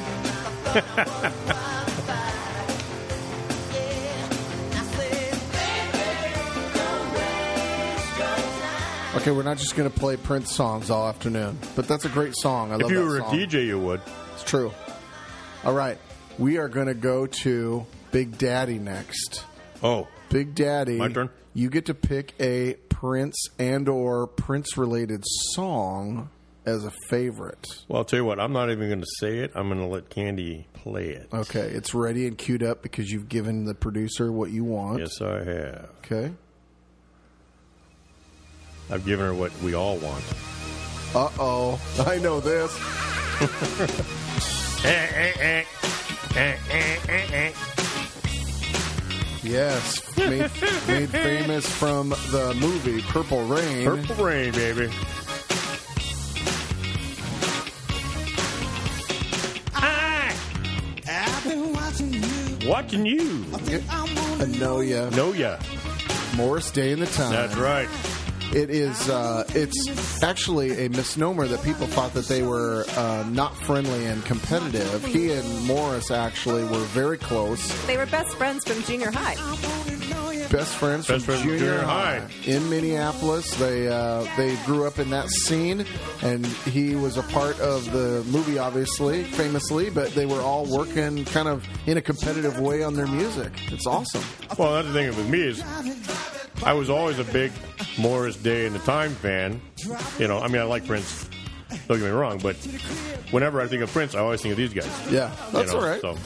Okay, we're not just going to play Prince songs all afternoon, but that's a great song. I
If
love
you
that
were a
song.
DJ, you would.
It's true. All right, we are going to go to Big Daddy next.
Oh,
Big Daddy,
My turn.
You get to pick a Prince and or Prince related song as a favorite.
well, I'll tell you what. I'm not even going to say it. I'm going to let Candy play it.
Okay, it's ready and queued up because you've given the producer what you want.
Yes, I have.
Okay.
I've given her what we all want.
Uh oh, I know this. Yes, made, made famous from the movie Purple Rain.
Purple rain, baby.
I've been watching you.
Watching you.
I wanna
I know ya.
Know ya.
Morris Day in the Time.
That's right.
It is. Uh, it's actually a misnomer that people thought that they were uh, not friendly and competitive. He and Morris actually were very close,
They were best friends from junior high.
I wanna know you.
best friends
Best
from
friends
junior,
junior
high.
high.
in Minneapolis. They uh, they grew up in that scene, and he was a part of the movie, obviously, famously. But they were all working kind of in a competitive way on their music. It's awesome.
Well, that's the thing with me is I was always a big Morris Day and the Time fan. You know, I mean, I like Prince. Don't get me wrong, but whenever I think of Prince, I always think of these guys.
Yeah, that's
know,
all right.
so-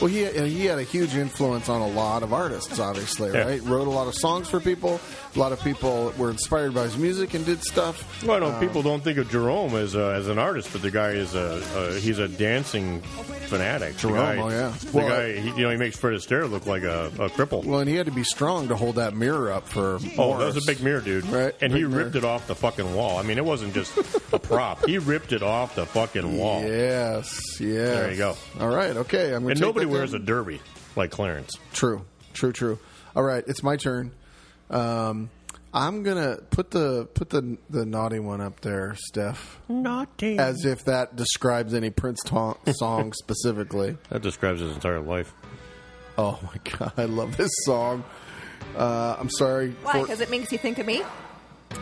Well, he and he had a huge influence on a lot of artists, obviously,
Yeah.
right? Wrote a lot of songs for people. A lot of people were inspired by his music and did stuff.
Well, I know people don't think of Jerome as a, as an artist, but the guy is a, a he's a dancing fanatic. The
Jerome,
guy,
oh, yeah.
The
Well,
guy, he, you know, he makes Fred Astaire look like a, a cripple.
Well, and he had to be strong to hold that mirror up for.
Oh, that was a big mirror, dude.
Right,
And
big
he
mirror.
ripped it off the fucking wall. I mean, it wasn't just a prop. He ripped it off the fucking wall.
Yes, yes.
There you go.
All right, okay. I'm gonna
And
take
nobody
that
wears
down.
a derby like Clarence.
True, true, true. All right, it's my turn. Um, I'm gonna put the put the the naughty one up there, Steph,
Naughty.
as if that describes any Prince ta- song specifically.
that describes his entire life.
Oh my god, I love this song. Uh, I'm sorry.
Why?
for-
Because it makes you think of me?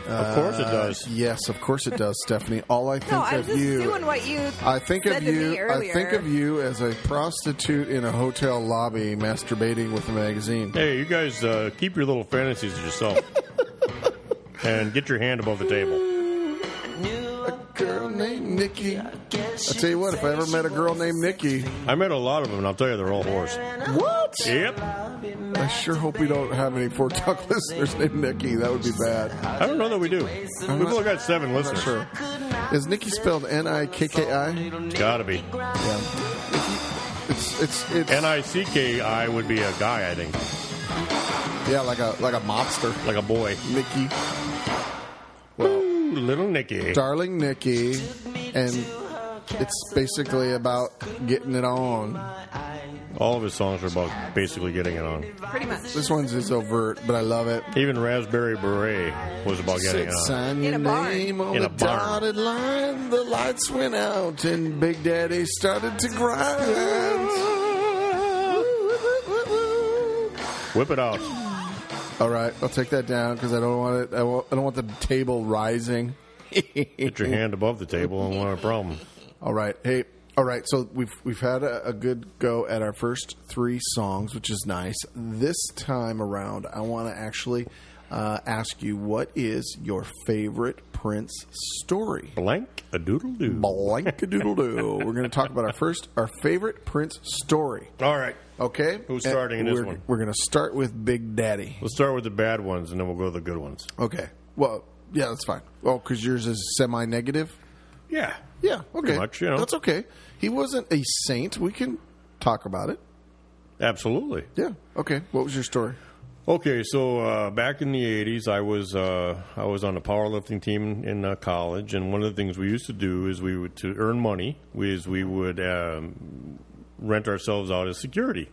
of course it
Uh,
does.
yes, of course it does, Stephanie. All I think
No, I'm
of
just
you.
doing what you
I think
said
of
to me
you. I
earlier.
think of you as a prostitute in a hotel lobby masturbating with a magazine.
Hey, you guys, uh, keep your little fantasies to yourself. and get your hand above the table.
Girl named Nikki. I tell you what, if I ever met a girl named Nikki,
I met a lot of them, and I'll tell you, they're all whores.
what?
Yep.
I sure hope we don't have any Fort Talk listeners named Nikki. That would be bad.
I don't know that we do. We've
not-
only got seven
I'm not
listeners.
sure. Is Nikki spelled N I K K I?
Gotta be.
It's it's it's
N I C K I would be a guy, I think.
yeah, like a like a mobster.
Like a boy.
Nikki. Well,
Ooh, little Nicky.
darling Nikki, and it's basically about getting it on.
All of his songs are about basically getting it on.
Pretty much.
This one's is overt, but I love it.
Even Raspberry Beret was about getting it on.
Sign
In
your
a barn.
name on
In
the
a barn.
dotted line. The lights went out and Big Daddy started to grind.
Whip it out.
All right, I'll take that down because I don't want it. I, won't, I don't want the table rising.
Get your hand above the table and what a problem.
All right. Hey. All right. So we've we've had a, a good go at our first three songs, which is nice. This time around, I want to actually uh, ask you what is your favorite Prince story?
Blank a doodle doo.
Blank a doodle doo. We're going to talk about our first our favorite Prince story.
All right.
Okay.
Who's
And
starting in this
we're-
one?
We're going to start with Big Daddy.
Let's start with the bad ones and then we'll go to the good ones.
Okay. Well, yeah, that's fine. Oh, because yours is semi-negative.
Yeah.
Yeah. Okay.
much, you know.
That's okay. He wasn't a saint. We can talk about it.
Absolutely.
Yeah. Okay. What was your story?
Okay, so uh, back in the '80s, I was uh, I was on a powerlifting team in uh, college, and one of the things we used to do is we would to earn money is we would um, rent ourselves out as security,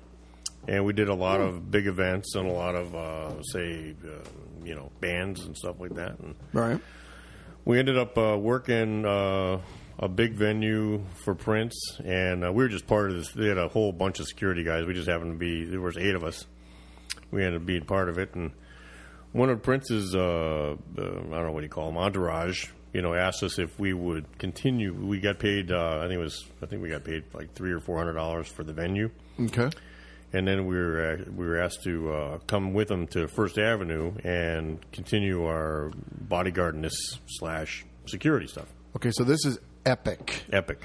and we did a lot of big events and a lot of uh, say uh, you know bands and stuff like that. And
All right.
we ended up uh, working uh, a big venue for Prince, and uh, we were just part of this. They had a whole bunch of security guys. We just happened to be there was eight of us. We ended up being part of it, and one of Prince's uh, uh, I don't know what do you call them entourage. You know, asked us if we would continue. We got paid. Uh, I think it was. I think we got paid like three or four hundred dollars for the venue
Okay.
and then we were uh, we were asked to uh, come with them to First Avenue and continue our bodyguardness slash security stuff.
Okay. So this is epic
Epic.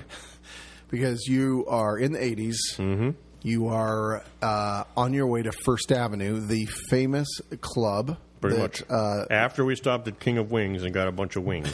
because you are in the 80s. Mm-hmm. You are uh, on your way to First Avenue, the famous club.
Pretty
that,
much. After we stopped at King of Wings and got a bunch of wings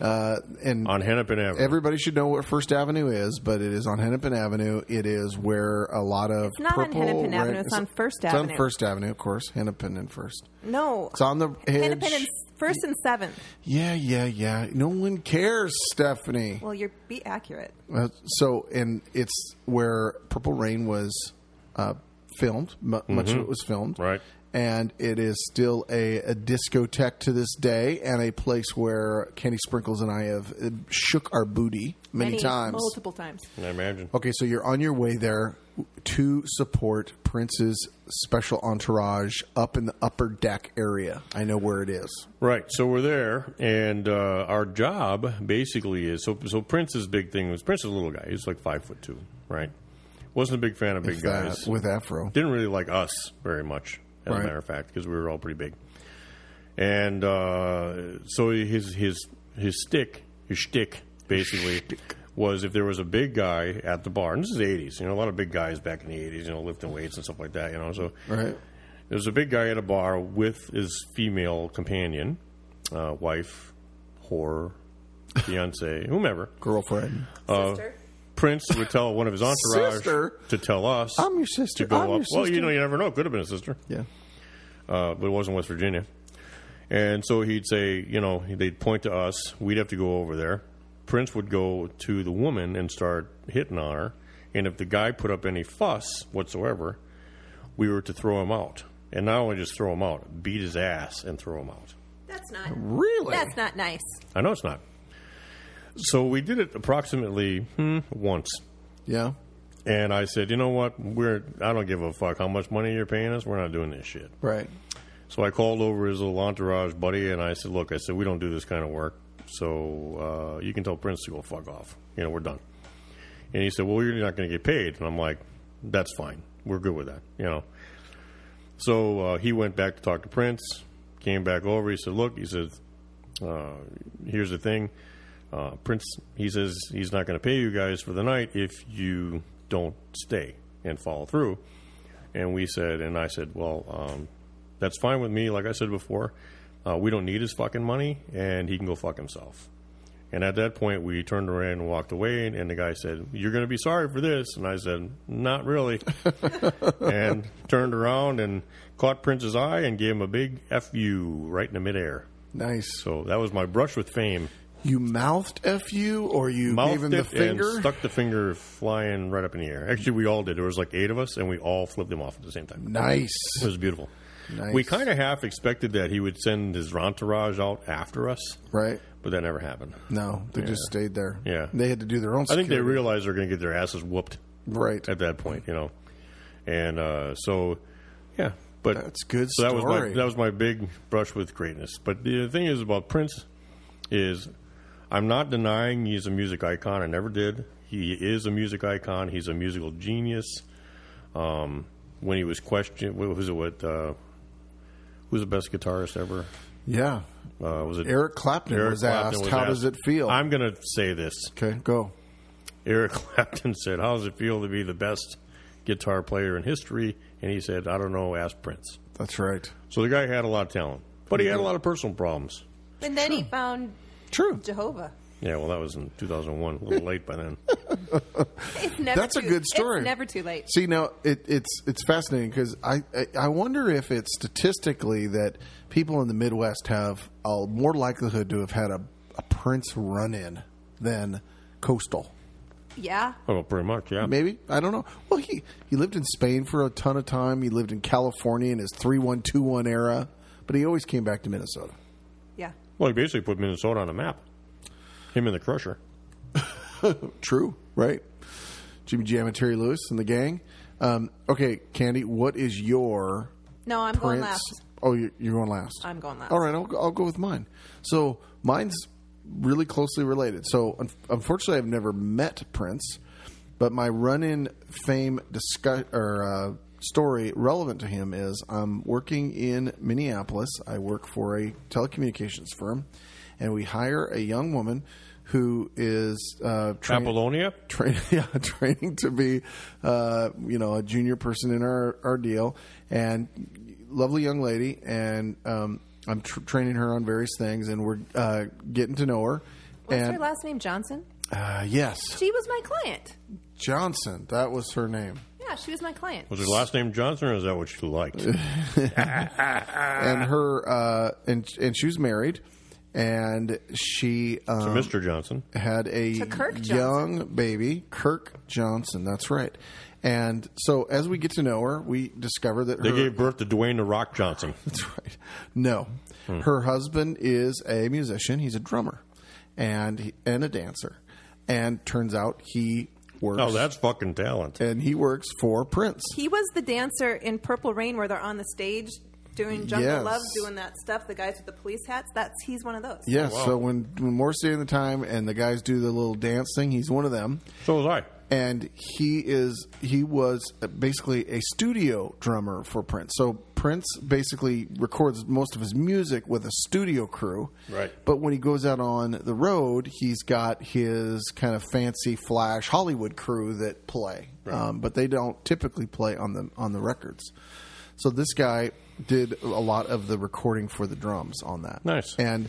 Uh, and
on Hennepin Avenue.
everybody should know what First Avenue is, but it is on Hennepin Avenue. It is where a lot of
It's not on
purple
Hennepin Avenue,
rain-
it's on First
it's on
Avenue.
First Avenue, of course. Hennepin and First.
No.
It's on the hedge.
Independence first and seventh.
Yeah, yeah, yeah. No one cares, Stephanie.
Well, you're be accurate.
Uh, so, and it's where Purple Rain was uh, filmed. Mu Much of it was filmed,
Right.
And it is still a, a discotheque to this day, and a place where Candy Sprinkles and I have uh, shook our booty many, times.
multiple times.
I imagine.
Okay, so you're on your way there to support Prince's special entourage up in the upper deck area. I know where it is.
Right. So we're there, and uh, our job basically is so. So Prince's big thing was Prince is a little guy. He's like five foot two, right? Wasn't a big fan of big
That-
guys
with Afro.
didn't really like us very much, as
Right.
a matter of fact, because we were all pretty big. And uh, so his his his stick, his shtick, basically, was if there was a big guy at the bar. And this is the '80s, you know, a lot of big guys back in the '80s, you know, lifting weights and stuff like that, you know. So
Right.
there's a big guy at a bar with his female companion, uh, wife, whore, fiance, whomever.
Girlfriend.
Sister.
Prince would tell one of his entourage
Sister?
to tell us.
I'm your sister.
To go
I'm
up.
your
Well, you
sister.
know, you never know. Could have been a sister,
Yeah.
uh, but it wasn't West Virginia. And so he'd say, you know, they'd point to us. We'd have to go over there. Prince would go to the woman and start hitting on her. And if the guy put up any fuss whatsoever, we were to throw him out. And not only just throw him out, beat his ass and throw him out.
That's not.
Really?
That's not nice.
I know it's not. So we did it approximately hmm, once.
yeah.
And I said, you know what? We're I don't give a fuck how much money you're paying us. We're not doing this shit.
Right.
So I called over his little entourage buddy, and I said, look, I said we don't do this kind of work. So uh, you can tell Prince to go fuck off. You know, we're done. And he said, well, you're not going to get paid. And I'm like, that's fine. We're good with that. You know. So uh, he went back to talk to Prince. Came back over. He said, look, he said, uh, here's the thing. Uh, Prince, he says he's not going to pay you guys for the night if you don't stay and follow through. And we said, and I said, well, um, that's fine with me. Like I said before, uh, we don't need his fucking money, and he can go fuck himself. And at that point, we turned around and walked away, and, and the guy said, "You're going to be sorry for this." And I said, "Not really." and turned around and caught Prince's eye and gave him a big "f you" right in the midair.
Nice.
So that was my brush with fame.
You mouthed F you or you gave
Mouthed
him the
it
finger?
and stuck the finger flying right up in the air. Actually, we all did. There was like eight of us, and we all flipped him off at the same time.
nice.
It was beautiful.
Nice.
We kind of half expected that he would send his entourage out after us,
Right.
but that never happened.
No, they just stayed there.
Yeah.
They had to do their own
I think they
security.
realized they're going to get their asses whooped
Right.
at that point, you know. And uh, so, yeah, but
That's good
So that was my
story.
that was my big brush with greatness. But the thing is about Prince is I'm not denying he's a music icon. I never did. He is a music icon. He's a musical genius. Um, when he was questioned, what was it? What uh, who's the best guitarist ever?
Yeah.
Uh, was it
Eric Clapton was asked, "How does it feel?"
I'm going to say this.
Okay, go.
Eric Clapton said, How does it feel to be the best guitar player in history? And he said, I don't know, ask Prince.
That's right.
So the guy had a lot of talent, but
Mm-hmm.
he had a lot of personal problems.
And then he found
True.
Jehovah.
Yeah, well, that was in 2001, a little late by then.
It's never
That's a
too-
good story.
It's never too late.
See now, it, it's it's fascinating because I, I I wonder if it's statistically that people in the Midwest have a more likelihood to have had a, a Prince run in than coastal.
Yeah.
Oh, pretty much, yeah.
Maybe I don't know. Well, he he lived in Spain for a ton of time. He lived in California in his three one two one era, but he always came back to Minnesota.
Yeah.
Well, he basically put Minnesota on the map. Him and the Crusher.
True, right? Jimmy Jam and Terry Lewis and the gang. Um, okay, Candy, what is your
No, I'm going
Prince?
last.
Oh, you're, you're going last.
I'm going last.
All right, I'll, go- I'll go with mine. So mine's really closely related. So un- unfortunately, I've never met Prince, but my run-in fame discuss or uh, story relevant to him is I'm working in Minneapolis. I work for a telecommunications firm, and we hire a young woman who is uh, train-
Apollonia?
train, yeah, training to be, uh, you know, a junior person in our, our deal. And lovely young lady, and um, I'm tr- training her on various things, and we're uh, getting to know her.
What's
and
her last name? Johnson.
uh, yes,
She was my client.
Johnson, that was her name.
Yeah, she was my client.
Was her last name Johnson, or is that what she liked?
Uh-huh.
Ah.
And her uh, and and she was married, and she um,
Mr. Johnson.
had a
To Kirk Johnson.
young baby, Kirk Johnson. That's right. And so, as we get to know her, we discover that
They
her,
gave birth to Dwayne The Rock Johnson.
That's right. No,
Hmm.
her husband is a musician. He's a drummer, and he, and a dancer. And turns out he works.
Oh, that's fucking talent.
and he works for Prince.
He was the dancer in Purple Rain where they're on the stage doing Jungle
Yes.
Love, doing that stuff. The guys with the police hats. That's he's one of those.
Yes.
Oh,
So when when Morrissey and the time and the guys do the little dance thing, he's one of them.
So was I.
and he is he was basically a studio drummer for Prince. So Prince basically records most of his music with a studio crew.
Right.
But when he goes out on the road, he's got his kind of fancy flash Hollywood crew that play. Um, but they don't typically play on the on the records. So this guy did a lot of the recording for the drums on that.
Nice.
And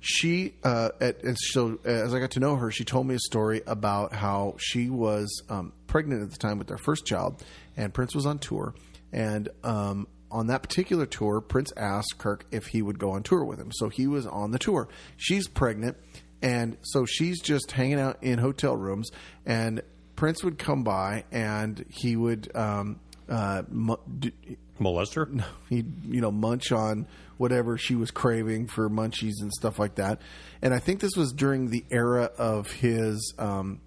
she uh, at, and so as I got to know her, she told me a story about how she was um, pregnant at the time with their first child, and Prince was on tour, and um, on that particular tour, Prince asked Kirk if he would go on tour with him, so he was on the tour. She's pregnant, and so she's just hanging out in hotel rooms, and Prince would come by, and he would. Um, uh, mu- d-
Molester?
he you know munch on whatever she was craving for munchies and stuff like that and i think this was during the era of his um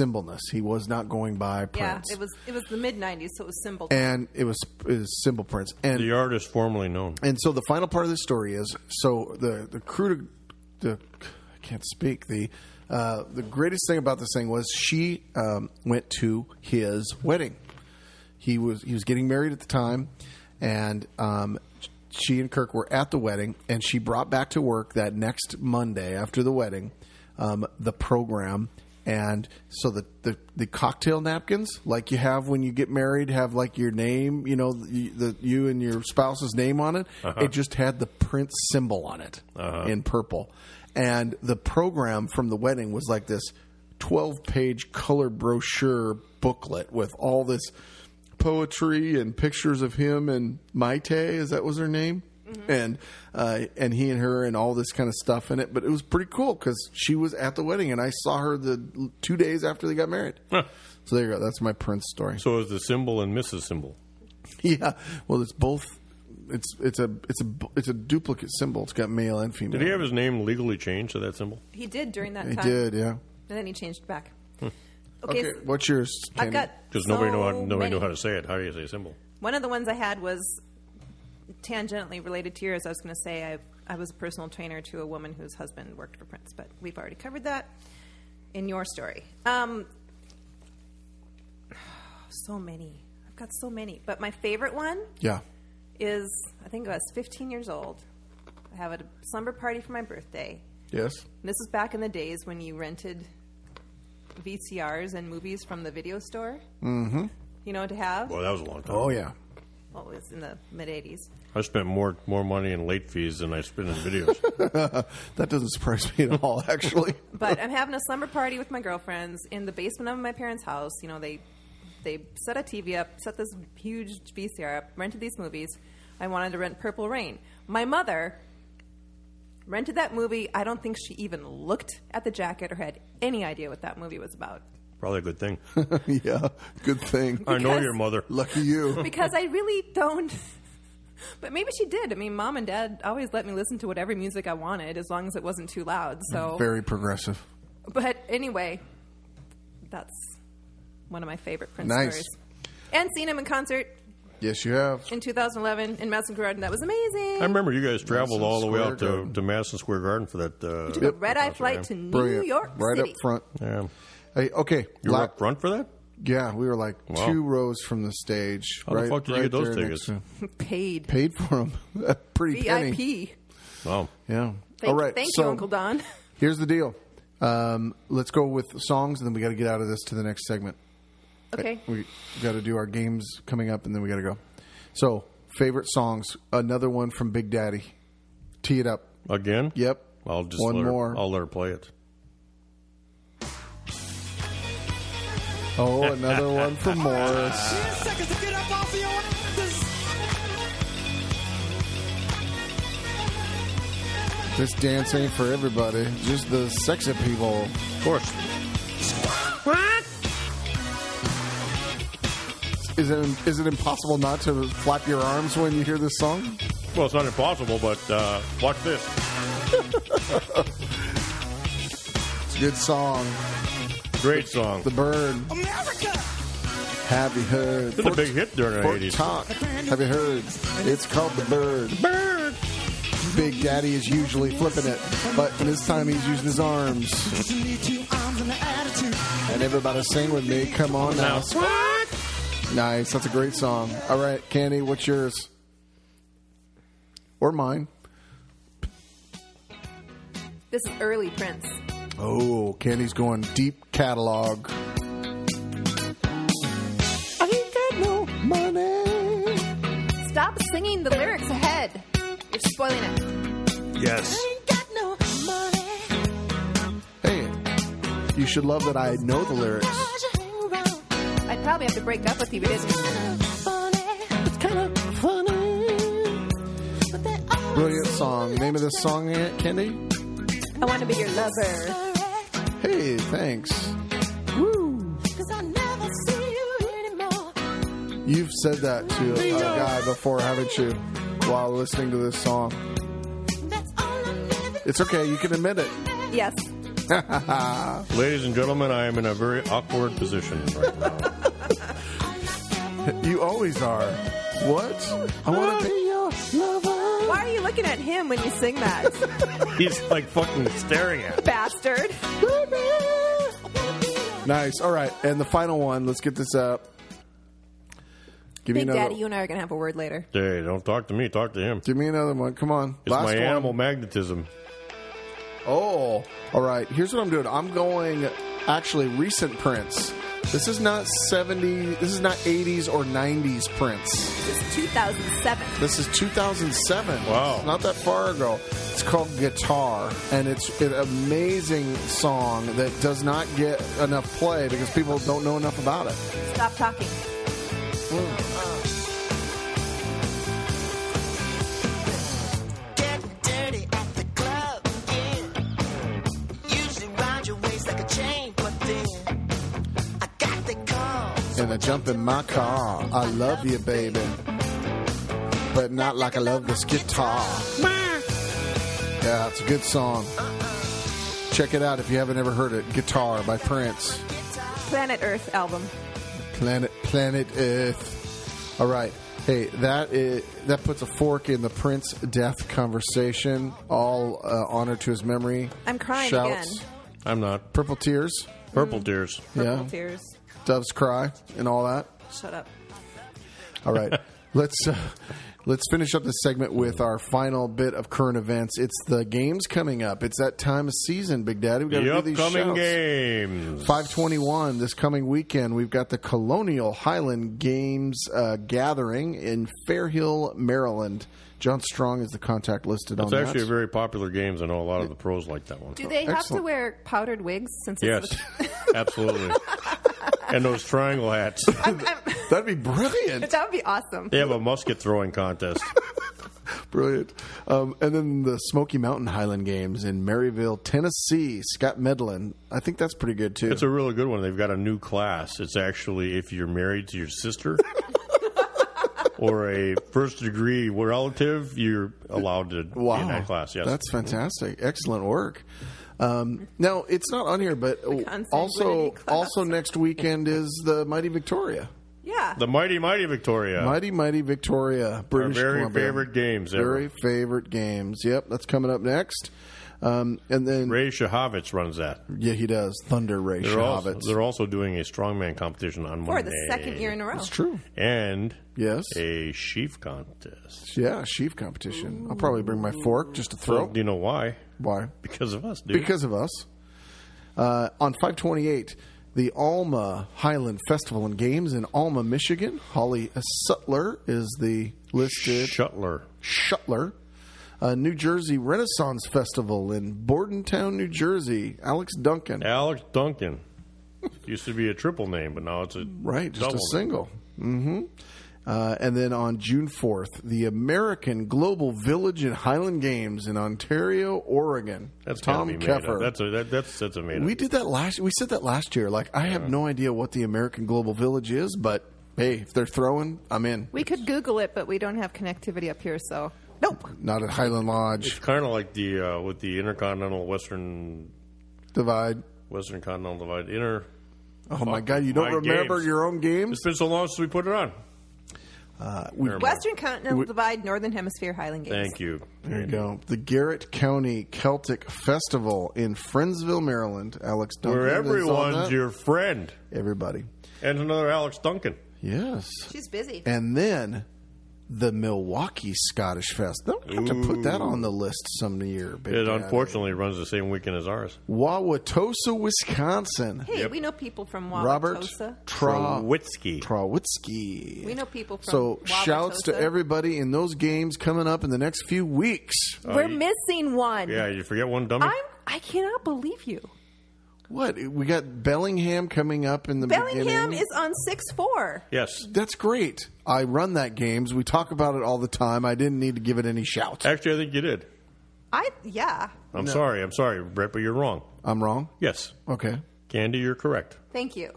symbolness he was not going by
Yeah,
prince
it was it was the mid '90s, so it was symbol.
and it was, it was symbol prince and
The artist formerly known.
and so the final part of the story is so the the crew to, the I can't speak the uh, the greatest thing about this thing was she um, went to his wedding. He was he was getting married at the time, and um, she and Kirk were at the wedding, and she brought back to work that next Monday after the wedding um, the program. And so the, the, the cocktail napkins, like you have when you get married, have like your name, you know, the, the you and your spouse's name on it. It just had the Prince symbol on it in purple, and the program from the wedding was like this twelve page color brochure booklet with all this poetry and pictures of him and Maite, is that was her name?
Mm-hmm.
And uh, and he and her and all this kind of stuff in it, but it was pretty cool because she was at the wedding and I saw her the two days after they got married. So there you go. That's my Prince story.
So is the symbol and Mrs. Symbol.
yeah, well, it's both. It's it's a it's a it's a duplicate symbol. It's got male and female.
Did he have his name legally changed to that symbol?
he did during that
He
time.
did, yeah.
and then he changed back.
Hmm.
Okay,
Okay,
so
what's yours? Candy?
I've got
Because nobody
so
knew how nobody
many.
knew how to say it. How do you say symbol?
One of the ones I had was tangentially related to yours. I was going to say I, I was a personal trainer to a woman whose husband worked for Prince, but we've already covered that in your story. Um, so many. I've got so many. But my favorite one
Yeah.
is I think I was 15 years old. I have a slumber party for my birthday.
Yes.
And this is back in the days when you rented VCRs and movies from the video store. Mm-hmm. You know, to have.
Well, that was a long time.
Oh yeah.
Well, it was in the mid 80s.
I spent more more money in late fees than I spent in videos.
That doesn't surprise me at all, actually.
But I'm having a slumber party with my girlfriends in the basement of my parents' house. You know, they they set a TV up, set this huge VCR up, rented these movies. I wanted to rent Purple Rain. My mother rented that movie. I don't think she even looked at the jacket or had any idea what that movie was about.
Probably a good thing.
yeah. Good thing.
I know
Because-
your mother.
Lucky you.
Because I really don't. But maybe she did. I mean, mom and dad always let me listen to whatever music I wanted as long as it wasn't too loud. So
Very progressive.
But anyway, that's one of my favorite Prince
Nice.
stories. And seen him in concert
Yes, you have.
in 2011 in Madison Square Garden. That was amazing.
I remember you guys traveled all the way
Square
out to,
Garden.
to Madison Square Garden for that. Uh,
Took a red eye flight to New
Brilliant.
York
right
City.
up front.
Yeah.
Hey, okay.
You were
la-
up front for that?
Yeah, we were like
Wow.
two rows from the stage.
How the
right,
fuck did you
right
get those
there
tickets?
next
Paid.
to- Paid for them. A Pretty
VIP.
penny.
Wow.
Yeah.
Thank,
all right.
thank
so
you, Uncle Don.
Here's the deal. Um, let's go with songs, and then we got to get out of this to the next segment.
Okay.
We got to do our games coming up, and then we got to go. So, favorite songs. Another one from Big Daddy. Tee it up.
Again?
Yep.
I'll just
one
let her,
more.
I'll let her play it.
Oh, another one from Morris.
Ten seconds to get up off of your asses.
This dance ain't for everybody, just the sexy people.
Of course.
Is it is it impossible not to flap your arms when you hear this song?
Well, it's not impossible, but uh, watch this.
It's a good song.
Great song.
The Bird.
America.
Have you heard?
It's a big hit during the
Fort
80s.
Talk. Have you heard? It's called The Bird.
Bird.
Big Daddy is usually flipping it, but this time he's using his arms.
But you need two arms and an attitude.
And everybody sing with me. Come on now. Nice. That's a great song. All right, Candy, what's yours? Or mine?
This is early Prince.
Oh, Candy's going deep catalog. I ain't got no money.
Stop singing the lyrics ahead. You're spoiling it.
Yes.
Ain't got no money.
You should love that I know the lyrics.
I'd probably have to break up with you because
Brilliant song. Name of this song, Aunt Kendi?
I want to be your lover.
Hey, thanks. You've said that to a guy before, haven't you? While listening to this song. It's okay, you can admit it.
Yes.
Ladies and gentlemen, I am in a very awkward position right now.
You always are. What? I want to be your lover.
Why are you looking at him when you sing that,
He's like fucking staring at. me.
bastard?
Nice. All right, and the final one. Let's get this up. Give
Big
me another.
Daddy, you and I are gonna have a word later.
Hey, don't talk to me. Talk to him. It's
Give me another one. Come on.
my
one.
animal magnetism.
Oh, all right. Here's what I'm doing. I'm going actually recent Prince. This is not 70s. This is not 80s or 90s Prince.
This is 2007.
This is 2007.
Wow.
It's not that far ago. It's called Guitar, and it's an amazing song that does not get enough play because people don't know enough about it.
Stop talking.
Get dirty at the club, yeah. Usually round your waist like a chain, but then I got the call.
And I jump in my car. I love you, baby. But not like I love this guitar. Yeah, it's a good song. Check it out if you haven't ever heard it. Guitar by Prince.
Planet Earth album.
Planet Planet Earth. All right. Hey, that is, that puts a fork in the Prince death conversation. All uh, honor to his memory.
I'm crying
Shouts.
again.
I'm not.
Purple tears.
Purple tears.
Purple
yeah.
tears.
Doves cry and all that.
Shut up.
All right, let's uh, let's finish up this segment with our final bit of current events. It's the games coming up. It's that time of season, Big Daddy. We've got to
The
do these
upcoming
shouts.
games.
521 this coming weekend we've got the colonial highland games uh, gathering in fairhill maryland john strong is the contact listed
It's
on
actually a
that
very popular games. I know a lot of the pros like that one.
Do they have to
Oh, Excellent.
wear powdered wigs since it's
Yes, absolutely. And those triangle hats.
that'd be brilliant
that would be awesome.
They have a musket throwing contest.
Brilliant. Um, and then the Smoky Mountain Highland Games in Maryville, Tennessee. Scott Medlin. I think that's pretty good too.
It's a really good one. They've got a new class. It's actually if you're married to your sister or a first degree relative, you're allowed to be in that class. Yes. Mm-hmm.
That's fantastic. Excellent work. Um, now it's not on here, but also
consanguinity class.
also next weekend is the Mighty Victoria.
Yeah.
the mighty, mighty Victoria.
Mighty Mighty Victoria, British
very
Columbia.
favorite games ever.
Very favorite games. Yep, that's coming up next. Um, and then
Ray Shahovitz runs that.
yeah, he does Thunder Ray
They're also,
Shahovitz.
they're also doing a strongman competition on
For
Monday.
the second year in a row.
It's true.
And
Yes.
a sheaf contest.
Yeah, sheaf competition. I'll probably bring my fork just to
Well,
throw.
do you know why?
Why?
Because of us, dude.
because of us. Uh, on 528, the Alma Highland Festival and Games in Alma, Michigan. Holly Sutler is the listed
Shuttler.
Shuttler. Uh, New Jersey Renaissance Festival in Bordentown, New Jersey. Alex Duncan.
Alex Duncan. Used to be a triple name, but now it's a
Right, just
double
a single. hmm Uh, and then on June 4th, the American Global Village and Highland Games in Ontario, Oregon.
That's gotta
Tom
be made
Keffer.
Up. That's a that, that's that's a made
We
up.
did that last. We said that last year. Like I have no idea what the American Global Village is, but hey, if they're throwing, I'm in.
We could Google it, but we don't have connectivity up here, so nope.
Not at Highland
It's
Lodge
kind of like the uh, with the intercontinental western
Divide.
western continental divide. Inter.
Oh my God, you don't
my
remember
games.
your own games? Uh,
It's been so long since we put it on.
we-
Never mind.
Western Continental Divide, Northern Hemisphere Highland Games.
Thank you.
There you go. The Garrett County Celtic Festival in Friendsville, Maryland. Alex Duncan.
Where
is on
everyone's
that.
your friend.
everybody.
And another Alex Duncan.
Yes.
She's busy.
And then the Milwaukee Scottish Fest. Now we have to put that on the list some year. Big
It
Daddy.
unfortunately runs the same weekend as ours.
Wauwatosa, Wisconsin.
hey,
Yep.
we know people from Wauwatosa.
Robert Tra-
Witsky.
Trawitzky.
We know people from
So shouts to
Wauwatosa.
everybody in those games coming up in the next few weeks.
Oh,
We're missing one.
Yeah, you forget one dummy.
I'm. I cannot believe you.
What we got Bellingham coming up in the
Bellingham
beginning.
is on six four.
Yes.
That's great. I run that games. We talk about it all the time. I didn't need to give it any shout.
Actually, I think you did.
I yeah.
I'm sorry. I'm sorry, Brett, but you're wrong.
I'm wrong.
Yes.
Okay.
Candy, you're correct.
Thank you.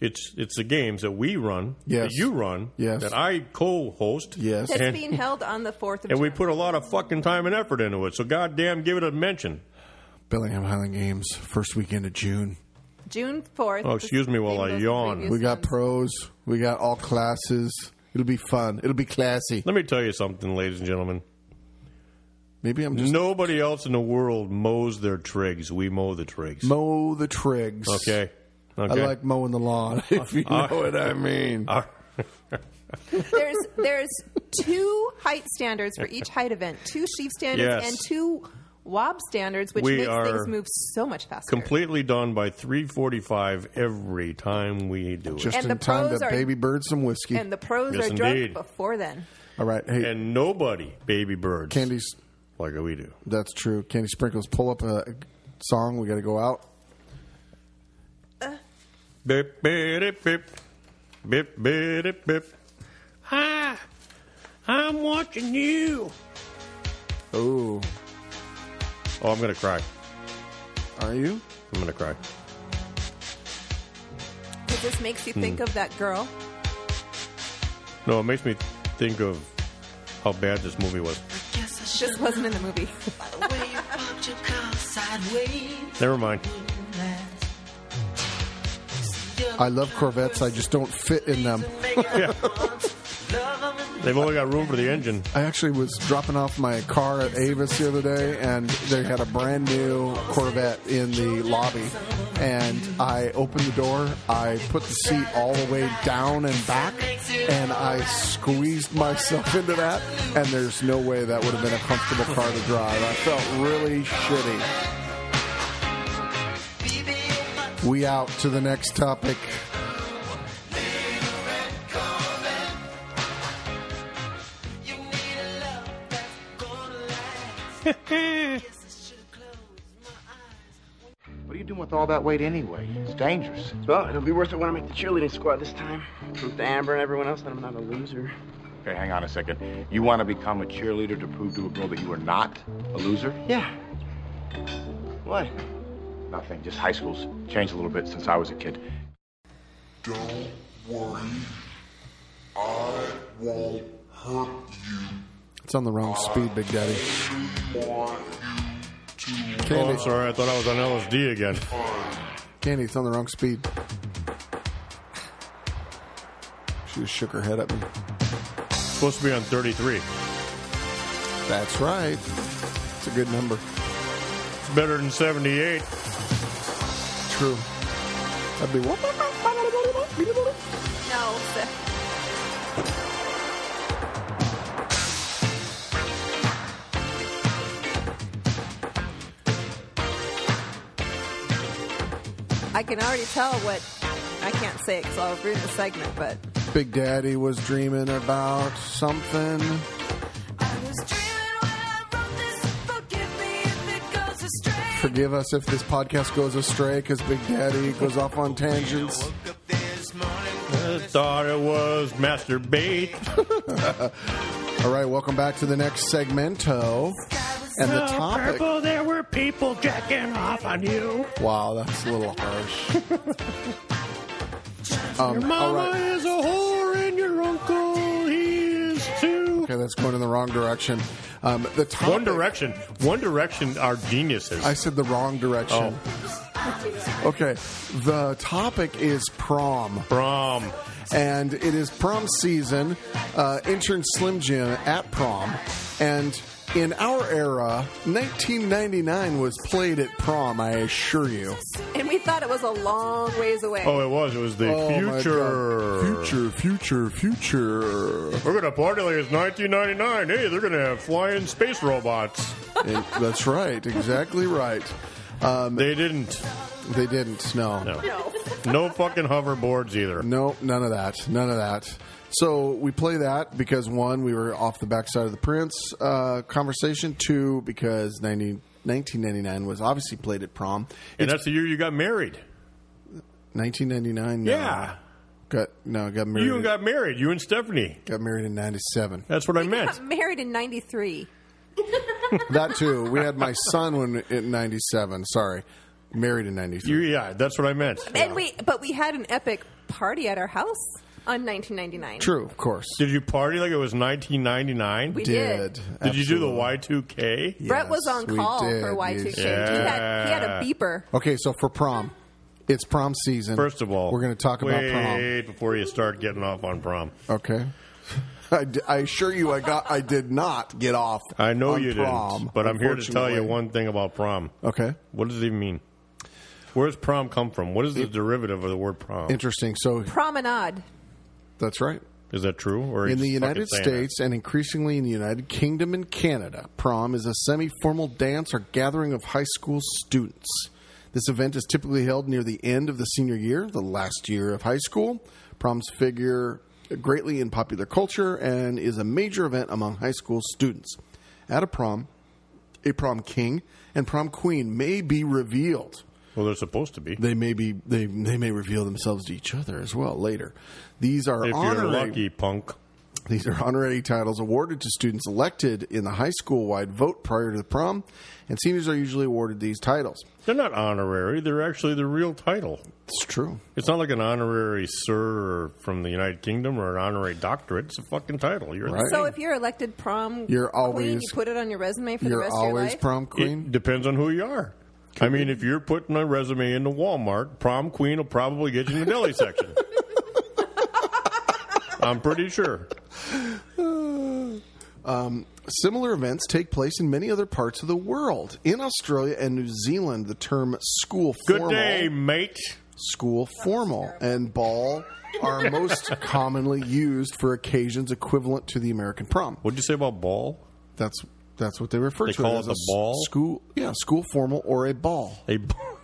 It's it's the games that we run,
Yes.
that you run,
Yes.
that I co-host,
Yes.
That's
And-
being held on the fourth of.
and we
June.
put a lot of fucking time and effort into it. So goddamn, give it a mention.
Bellingham Highland Games, first weekend of June.
June fourth.
Oh, excuse me while I yawn.
We got pros. We got all classes. It'll be fun. It'll be classy.
Let me tell you something, ladies and gentlemen.
Maybe I'm just
Nobody else in the world mows their trigs. We mow the trigs.
mow the trigs.
okay.
I
Okay.
like mowing the lawn. If you know what I mean.
All right.
There's there's two height standards for each height event, two sheaf standards
Yes.
and two wob standards, which
We
makes
are
things move so much faster.
Completely done by 3:45 every time we do it.
Just
And
in
the
time
pros
to
are-
baby bird some whiskey.
and the pros
Yes,
are drunk
indeed.
before then.
all right. Hey,
and nobody baby birds
Candy's.
like we do.
That's true. Candy Sprinkles, pull up a song. We got to go out.
Bip bip bip bip bip bip. Hi, I'm watching you.
Oh,
Oh, I'm gonna cry.
are you?
I'm gonna cry.
It just makes you
Hmm.
think of that girl.
No, it makes me think of how bad this movie was.
Guess I should
Just wasn't in the movie.
by the way you parked your car sideways.
Never mind.
I love Corvettes. I just don't fit in them.
They've only got room for the engine.
I actually was dropping off my car at Avis the other day, and they had a brand new Corvette in the lobby. And I opened the door, I put the seat all the way down and back, and I squeezed myself into that. And there's no way that would have been a comfortable car to drive. I felt really shitty. We out to the next topic.
What are you doing with all that weight anyway? It's dangerous.
Well, it'll be worth it when I make the cheerleading squad this time. With Amber and everyone else, then I'm not a loser.
Okay, hang on a second. You want to become a cheerleader to prove to a girl that you are not a loser?
Yeah. What?
Nothing. Just high school's changed a little bit since I was a kid.
Don't worry. I won't hurt
It's on the wrong speed, Big Daddy.
Oh, I'm
Candy,
sorry. I thought I was on LSD again.
Candy, it's on the wrong speed. She just shook her head at me.
supposed to be on 33.
That's right. It's a good number.
It's better than 78.
True. That'd be what?
No. the- I can already tell what I can't say because I'll ruin the segment, but
Big Daddy was dreaming about something. Forgive us if this podcast goes astray because Big Daddy goes off on tangents.
I thought it was masturbate.
All right, welcome back to the next segmento. And the topic.
Oh, there were people jacking off on you.
Wow, that's a little harsh. um, all
Mama
right.
is a whore and your uncle he is too.
Okay, that's going in the wrong direction. Um, the topic,
One Direction. One Direction are geniuses.
I said the wrong direction. Okay, the topic is prom,
From
and it is prom season. Uh, intern Slim Jim at prom, and in our era, 1999 was played at prom. I assure you.
and we thought it was a long ways away.
Oh, it was. It was the
Oh, my God.
future.
future, future, future.
We're gonna party like it's 1999. Hey, they're gonna have flying space robots.
And that's right, exactly right. Um,
They didn't.
they didn't. No.
No. No fucking hoverboards either.
No, none of that. None of that. So we play that because one, we were off the backside of the Prince uh, conversation. Two, because ninety 1999 was obviously played at prom.
And that's the year you got married.
1999.
Yeah.
got no. Got married.
You got married. You and Stephanie.
Got married in '97.
That's what I meant.
Got married in '93.
that too. We had my son when in '97. Sorry, married in '93.
You, yeah, that's what I meant.
And we, but we had an epic party at our house on 1999.
True, of course.
Did you party like it was 1999?
We did.
Did.
Did you do the Y2K?
Brett was on
we
call
did.
for Y2K.
Yes.
He, had, he had a beeper.
Okay, so for prom, it's prom season.
First of all,
we're going to talk
wait
about
before you start getting off on prom.
prom. Okay. I, d- I assure you, I got. I did not get off.
I know
on
you
prom,
didn't, but I'm here to tell you
unfortunately.
one thing about prom.
Okay.
What does it even mean? Where's prom come from? What is the derivative of the word prom?
Interesting. So
Promenade.
that's right.
Is that true? Or are
In
you
the
just fucking
United
saying
States and increasingly in the United Kingdom and Canada, prom is a semi formal dance or gathering of high school students. This event is typically held near the end of the senior year, the last year of high school. Proms figure greatly in popular culture and is a major event among high school students. At a prom, a prom king and prom queen may be revealed.
that? Well, they're supposed to be.
They may be they, they may reveal themselves to each other as well later. These are
If you're
honorary
lucky, punk.
these are honorary titles awarded to students elected in the high school wide vote prior to the prom, and seniors are usually awarded these titles.
They're not honorary. They're actually the real title.
It's true.
It's not like an honorary sir from the United Kingdom or an honorary doctorate. It's a fucking title. You're
Right.
So if you're elected prom
You're
queen,
always-
you put it on your resume for the
You're
rest of your
always
life.
prom
It
queen.
depends on who you are. I mean, if you're putting a resume into Walmart, prom queen will probably get you in the deli section. I'm pretty sure.
um, Similar events take place in many other parts of the world. In Australia and New Zealand, the term school
Good
formal,
day, mate.
school formal, and ball are most commonly used for occasions equivalent to the American prom.
What'd you say about ball?
That's that's what they refer
They
to
call
as
it the
s-
ball?
School, yeah, school formal or a ball.
A ball.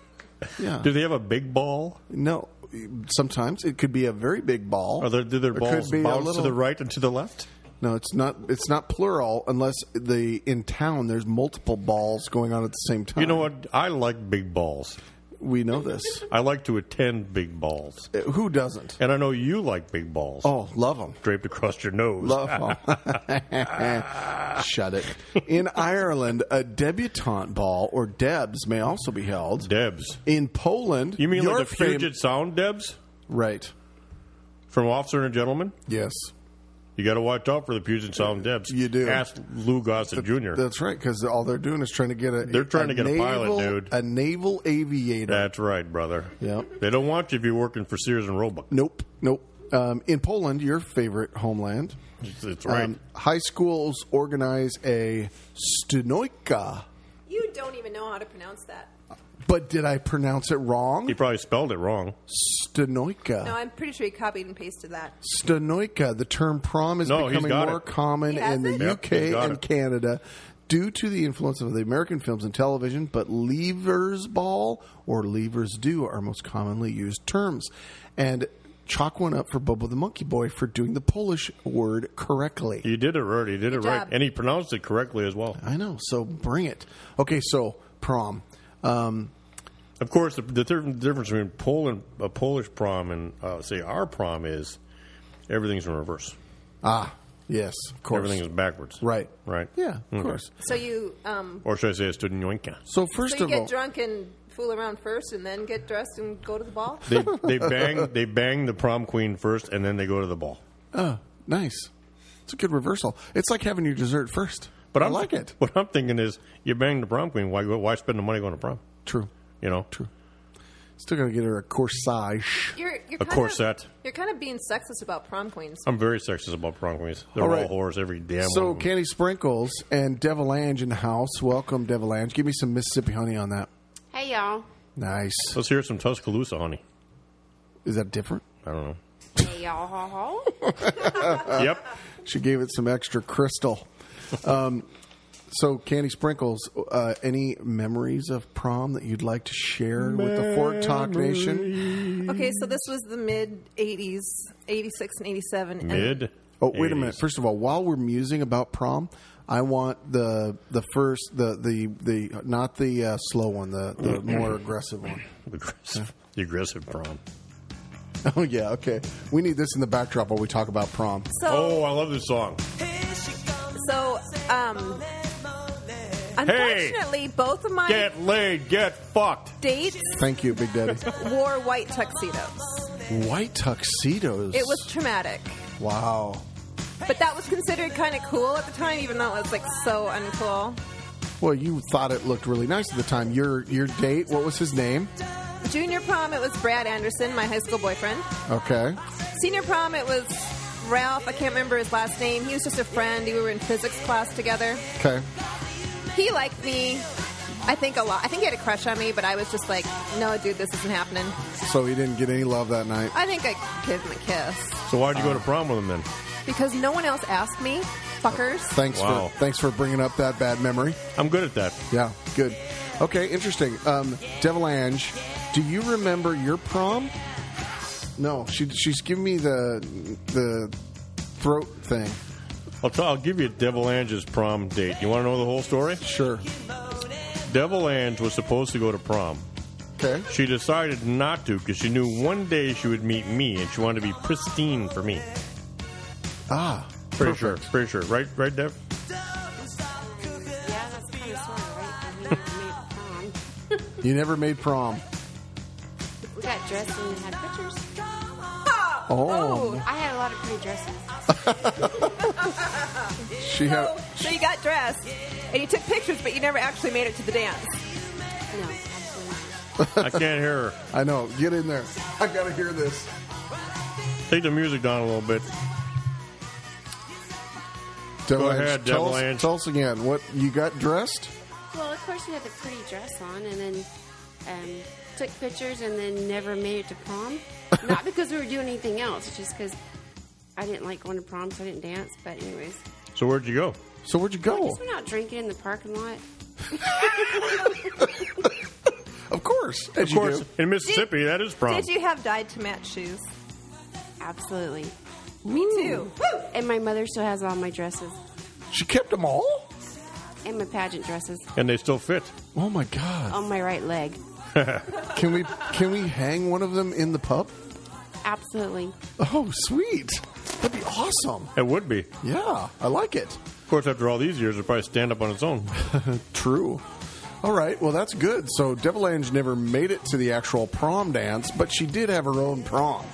Yeah.
Do they have a big ball?
No, sometimes it could be a very big ball.
Are there, do their
It could
balls
be a
bounce to
little-
the right and to the left?
No, it's not. It's not plural unless the in town there's multiple balls going on at the same time.
You know what? I like big balls.
We know this.
I like to attend big balls.
Uh, Who doesn't?
And I know you like big balls.
Oh, love them.
Draped across your nose.
Love them. Shut it. In Ireland, a debutante ball or Debs may also be held.
Debs.
in Poland,
You mean
your
like the
fam-
Puget Sound Debs
right?
from Officer and Gentleman?
Yes,
You got to watch out for the Puget Sound Debs.
You do.
Ask Lou Gossett Jr.
that's right. Because all they're doing is trying to get a.
They're trying to get a pilot,
naval-
dude.
A naval aviator.
That's right, brother.
Yep.
They don't want you if you're working for Sears and Roebuck.
Nope. Nope. Um, in Poland, your favorite homeland,
It's, it's right.
um, high schools organize a stenoika.
You don't even know how to pronounce that.
But did I pronounce it wrong?
he probably spelled it wrong.
No,
Stenoika.
I'm pretty sure he copied and pasted that.
Stenoika. The term prom is
No, he's
becoming
got
more
it.
common
He has
in the
it?
Yep, he's
UK
got
and
it.
Canada due to the influence of the American films and television, but levers ball or levers do are most commonly used terms. And chalk one up for Bubba the Monkey Boy for doing the Polish word correctly.
He did it right. He did it
Good
right.
job.
And he pronounced it correctly as well.
I know. So bring it. Okay, so prom. Um,
Of course, the, the different- difference between Poland, a Polish prom and, uh, say, our prom is everything's in reverse.
ah, yes, of course.
Everything is backwards.
right.
Right.
Yeah, of
Okay.
course.
So you, um,
Or should I say it's Studenoinka?
So
so
first
you
of
get
all,
drunk and fool around first, and then get dressed and go to the ball.
They, they, bang, they bang the prom queen first, and then they go to the ball.
oh, nice. It's a good reversal. It's like having your dessert first.
But
I
I'm,
like it.
What I'm thinking is, you bang the prom queen. Why, go- why spend the money going to prom?
True.
You know,
True. Still gonna get her a corsage.
You're, you're
A
kind
corset.
Of, you're kind of being sexist about prom queens.
I'm very sexist about prom queens. They're
All
all,
right.
whores every damn.
So
one of them.
Candy Sprinkles and Devil Ange in the house. Welcome, Devil Ange. Give me some Mississippi honey on that.
Hey y'all.
Nice.
let's hear some Tuscaloosa, honey.
Is that different?
I don't know.
Hey y'all. Ho, ho.
Uh,
yep.
She gave it some extra crystal. Um, so, Candy Sprinkles, uh, any memories of prom that you'd like to share with the Fork Talk Nation?
Okay, so this was the mid '80s, '86 and '87.
Mid.
Oh, wait a
80s.
minute. First of all, while we're musing about prom, I want the the first the the the not the uh, slow one, the the more aggressive one.
Aggressive, the aggressive prom.
Oh yeah, okay. We need this in the backdrop while we talk about prom.
So-
oh, I love this song.
So, um, unfortunately, both of my
Get laid, get fucked.
dates
Thank you, Big Daddy.
wore white tuxedos.
White tuxedos.
It was traumatic,
wow.
but that was considered kind of cool at the time, even though it was like so uncool.
Well, you thought it looked really nice at the time. Your your date, what was his name?
Junior prom, it was Brad Anderson, my high school boyfriend.
Okay.
Senior prom, it was Ralph. I can't remember his last name. He was just a friend. We were in physics class together.
Okay.
He liked me. I think a lot. I think he had a crush on me, but I was just like, no, dude, this isn't happening.
So he didn't get any love that night.
I think I gave him a kiss
So why'd you go to prom with him then?
because no one else asked me, fuckers.
Thanks
Wow.
for thanks for bringing up that bad memory.
I'm good at that.
Yeah, good. Okay, interesting. Um, Devil Ange, do you remember your prom? No, she, she's giving me the the throat thing.
I'll, try, I'll give you Devil Ange's prom date. You want to know the whole story?
Sure.
Devil Ange was supposed to go to prom.
Okay.
She decided not to because she knew one day she would meet me and she wanted to be pristine for me.
Ah,
Pretty sure. Pretty sure. Right, right, Dev?
Yeah, that's kind of sort of right. I mean, we made prom.
You never made prom.
We got dressed and had pictures.
Oh.
I had a lot of pretty dresses.
She had.
Oh. So you got dressed and you took pictures, but you never actually made it to the dance.
No, absolutely.
I can't hear her.
I know. Get in there. I gotta hear this.
Take the music down a little bit.
Devil
Go
Ange,
ahead,
tell
Devil
us-
Ange.
Tell us again. What you got dressed?
Well, of course, we had the pretty dress on, and then um, took pictures, and then never made it to prom. Not because we were doing anything else, just because I didn't like going to prom, so I didn't dance. But anyways,
So where'd you go?
So where'd you
I
go?
just went out drinking in the parking lot.
Of course, as
Of
you
course,
do.
in Mississippi, that is prom.
Did you have dyed to match shoes?
Absolutely.
Me too.
And my mother still has all my dresses
She kept them all.
and my pageant dresses
And they still fit.
Oh my god!
on my right leg.
Oh.
Can we can we hang one of them in the pub?
Absolutely.
Oh, sweet! That'd be awesome.
It would be.
Yeah, I like it.
Of course, after all these years, it'd probably stand up on its own.
True. All right, well, that's good. So, Devil Ange never made it to the actual prom dance, but she did have her own prom.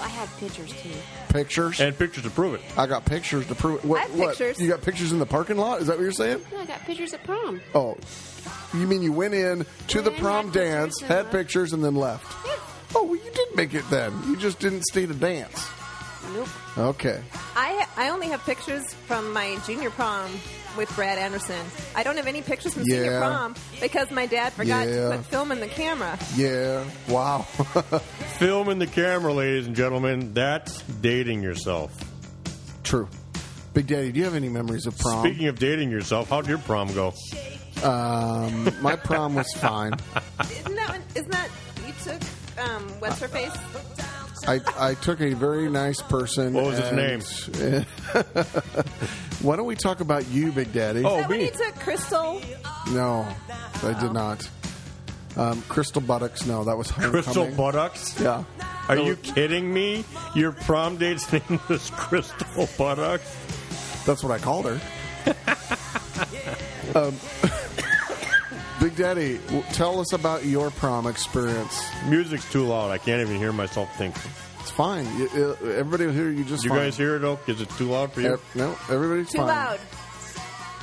I had pictures too.
Pictures?
And pictures to prove it.
I got pictures to prove it. What,
I have
what?
pictures.
You got pictures in the parking lot? Is that what you're saying?
No, I got pictures at prom.
Oh, you mean you went in to the
Yeah, I
prom
had pictures
dance,
and
had
left.
pictures, and then left? Oh, well, you did make it then. You just didn't stay to dance.
Nope.
Okay.
I I only have pictures from my junior prom with Brad Anderson. I don't have any pictures from
Yeah.
senior prom because my dad forgot
Yeah.
to put film in the camera.
Yeah. Wow.
Film in the camera, ladies and gentlemen. That's dating yourself.
True. Big Daddy, do you have any memories of prom?
Speaking of dating yourself, how'd your prom go?
um, my prom was fine.
Isn't that when, isn't that you took um, what's her face?
Oh, I, I took a very nice person.
What was his
name? Why don't we talk about you, Big Daddy?
Oh,
Is that when
me.
you took Crystal?
No, I did not. Um, Crystal Buttocks. No, that was homecoming.
Crystal buttocks?
Yeah.
Are you kidding me? Your prom date's name was Crystal Buttocks?
That's what I called her. um, Big Daddy, w- tell us about your prom experience.
Music's too loud. I can't even hear myself think.
It's fine. You, uh, everybody will hear you just
You
fine.
guys hear it, though? Is it too loud for you?
Ev- no, everybody's
Too
fine.
loud.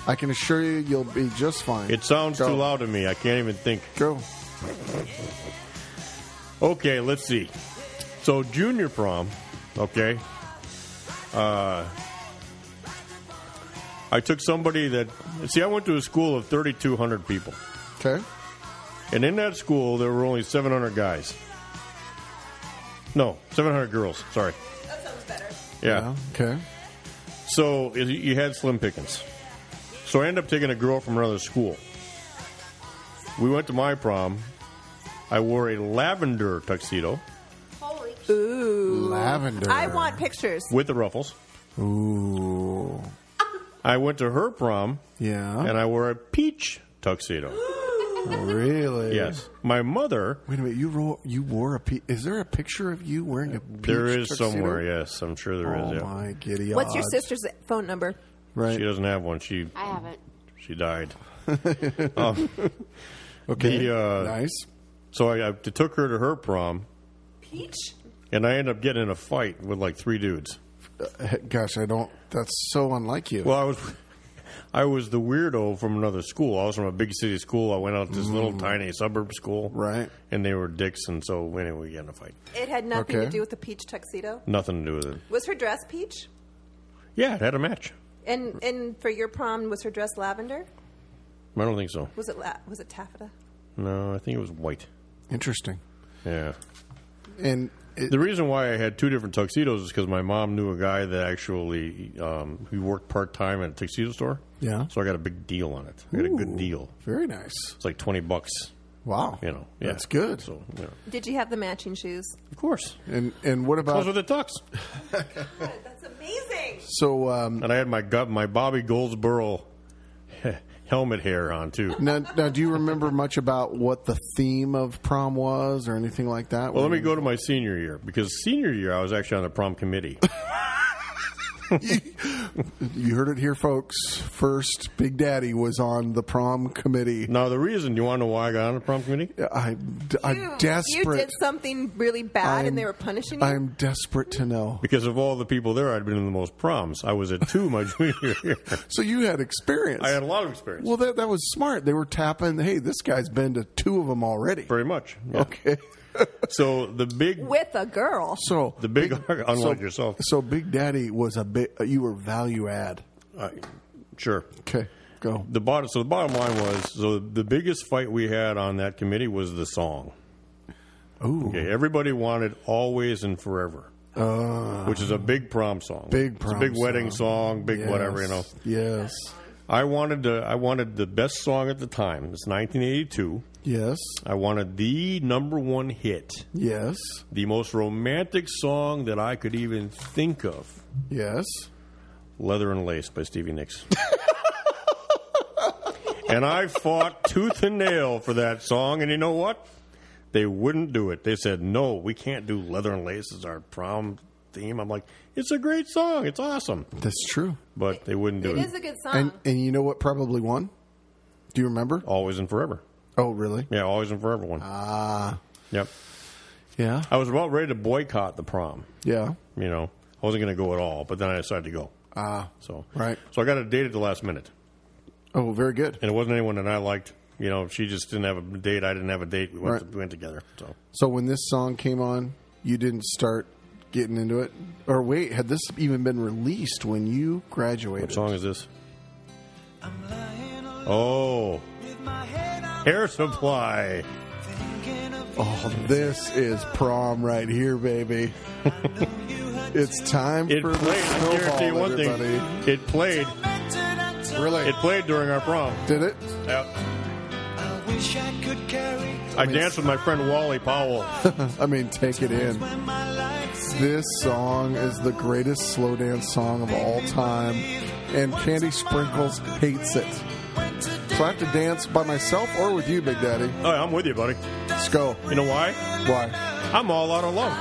I can assure you, you'll be just fine.
It sounds
Go.
too loud to me. I can't even think.
Go.
Okay, let's see. So, junior prom, okay. Uh, I took somebody that. See, I went to a school of 3,200 people.
Okay.
And in that school, there were only 700 guys. No, 700 girls. Sorry.
That sounds better.
Yeah.
Okay.
So is- you had slim pickings. So I ended up taking a girl from another school. We went to my prom. I wore a lavender tuxedo
Holy
Ooh.
Lavender.
I want pictures.
with the ruffles.
Ooh.
I went to her prom.
Yeah.
And I wore a peach tuxedo.
really?
Yes. My mother.
Wait a minute. You ro- you wore a peach. Is there a picture of you wearing a peach
There is
tuxedo?
somewhere, yes. I'm sure there is.
Oh,
yeah.
my giddy
What's your sister's phone number?
Right.
She doesn't have one. She
I haven't.
she died. um,
Okay.
the, uh,
nice.
So I, I took her to her prom,
Peach?
and I ended up getting in a fight with like three dudes.
Uh, Gosh, I don't. That's so unlike you.
Well, I was I was the weirdo from another school. I was from a big city school. I went out to this little tiny suburb school,
Mm. right?
And they were dicks, and so anyway, we got in a fight.
It had nothing
Okay.
to do with the peach tuxedo.
Nothing to do with it.
Was her dress peach?
Yeah, it had a match.
And and for your prom, was her dress lavender?
I don't think so.
Was it la- was it taffeta?
No, I think it was white.
Interesting.
Yeah.
And
the reason why I had two different tuxedos is because my mom knew a guy that actually um, he worked part time at a tuxedo store.
Yeah.
So I got a big deal on it. I got a good deal.
Very nice.
It's like twenty bucks.
Wow.
You know. Yeah.
That's good.
So yeah.
Did you have the matching shoes?
Of course.
And and what about
Those were the tux.
That's amazing.
So um,
and I had my gu- my Bobby Goldsboro helmet hair on too.
now, now? Do you remember much about what the theme of prom was or anything like that?
Well, let me go to my senior year because senior year I was actually on the prom committee.
You heard it here, folks. First, Big Daddy was on the prom committee.
now the reason you want to know why I got on the prom committee?
I,
You-
am
You
desperate.
did something really bad,
I'm-
and they were punishing you.
I'm desperate to know.
Because of all the people there, I'd been in the most proms. I was at two my junior year.
So you had experience.
I had a lot of experience.
Well, that that was smart. They were tapping. Hey, this guy's been to two of them already.
Very much. yeah.
Okay.
So the big,
With a girl.
So
the big, unlike
so,
yourself,
So Big Daddy was a bit. uh, You were value add.
I, sure.
Okay, go.
The bottom. So the bottom line was. So the biggest fight we had on that committee was the song.
Ooh,
Okay, everybody wanted "Always and Forever," which is a big prom song,
Ah. Big
It's
prom
a big wedding song, big
Yes.
whatever you know.
Yes,
I wanted to. I wanted the best song at the time. It's 1982.
yes,
I wanted the number one hit,
yes,
the most romantic song that I could even think of.
yes.
Leather and Lace by Stevie Nicks. and I fought tooth and nail for that song, and you know what? They wouldn't do it. They said, no, we can't do Leather and Lace as our prom theme. I'm like, it's a great song. It's awesome.
That's true.
But they wouldn't do
It
it.
is a good song.
And and you know what? Probably won. Do you remember?
Always and Forever.
Oh, really?
Yeah, Always and Forever one.
Ah,
yep.
yeah,
I was about ready to boycott the prom.
yeah.
You know, I wasn't going to go at all, but then I decided to go.
Ah,
So
Right.
So I got a date at the last minute.
oh, very good.
and it wasn't anyone that I liked. You know, she just didn't have a date. I didn't have a date. We went,
Right.
we went together. So
So when this song came on, you didn't start getting into it, or wait, had this even been released when you graduated?
what song is this? Oh, Hair Supply.
Oh, this is prom right here, baby. it's time
It
for
played.
the
I guarantee you
snowball,
one
everybody.
thing. It played.
Really?
It played during our prom.
Did it?
Yeah.
I wish I could carry
I danced with my friend Wally Powell.
I mean, take it in.
my lights.
This song is the greatest slow dance song of all time, and Candy Sprinkles hates it. So I have to dance by myself or with you, Big Daddy.
Oh, I'm with you, buddy.
Let's go.
You know why?
Why?
I'm all out of love.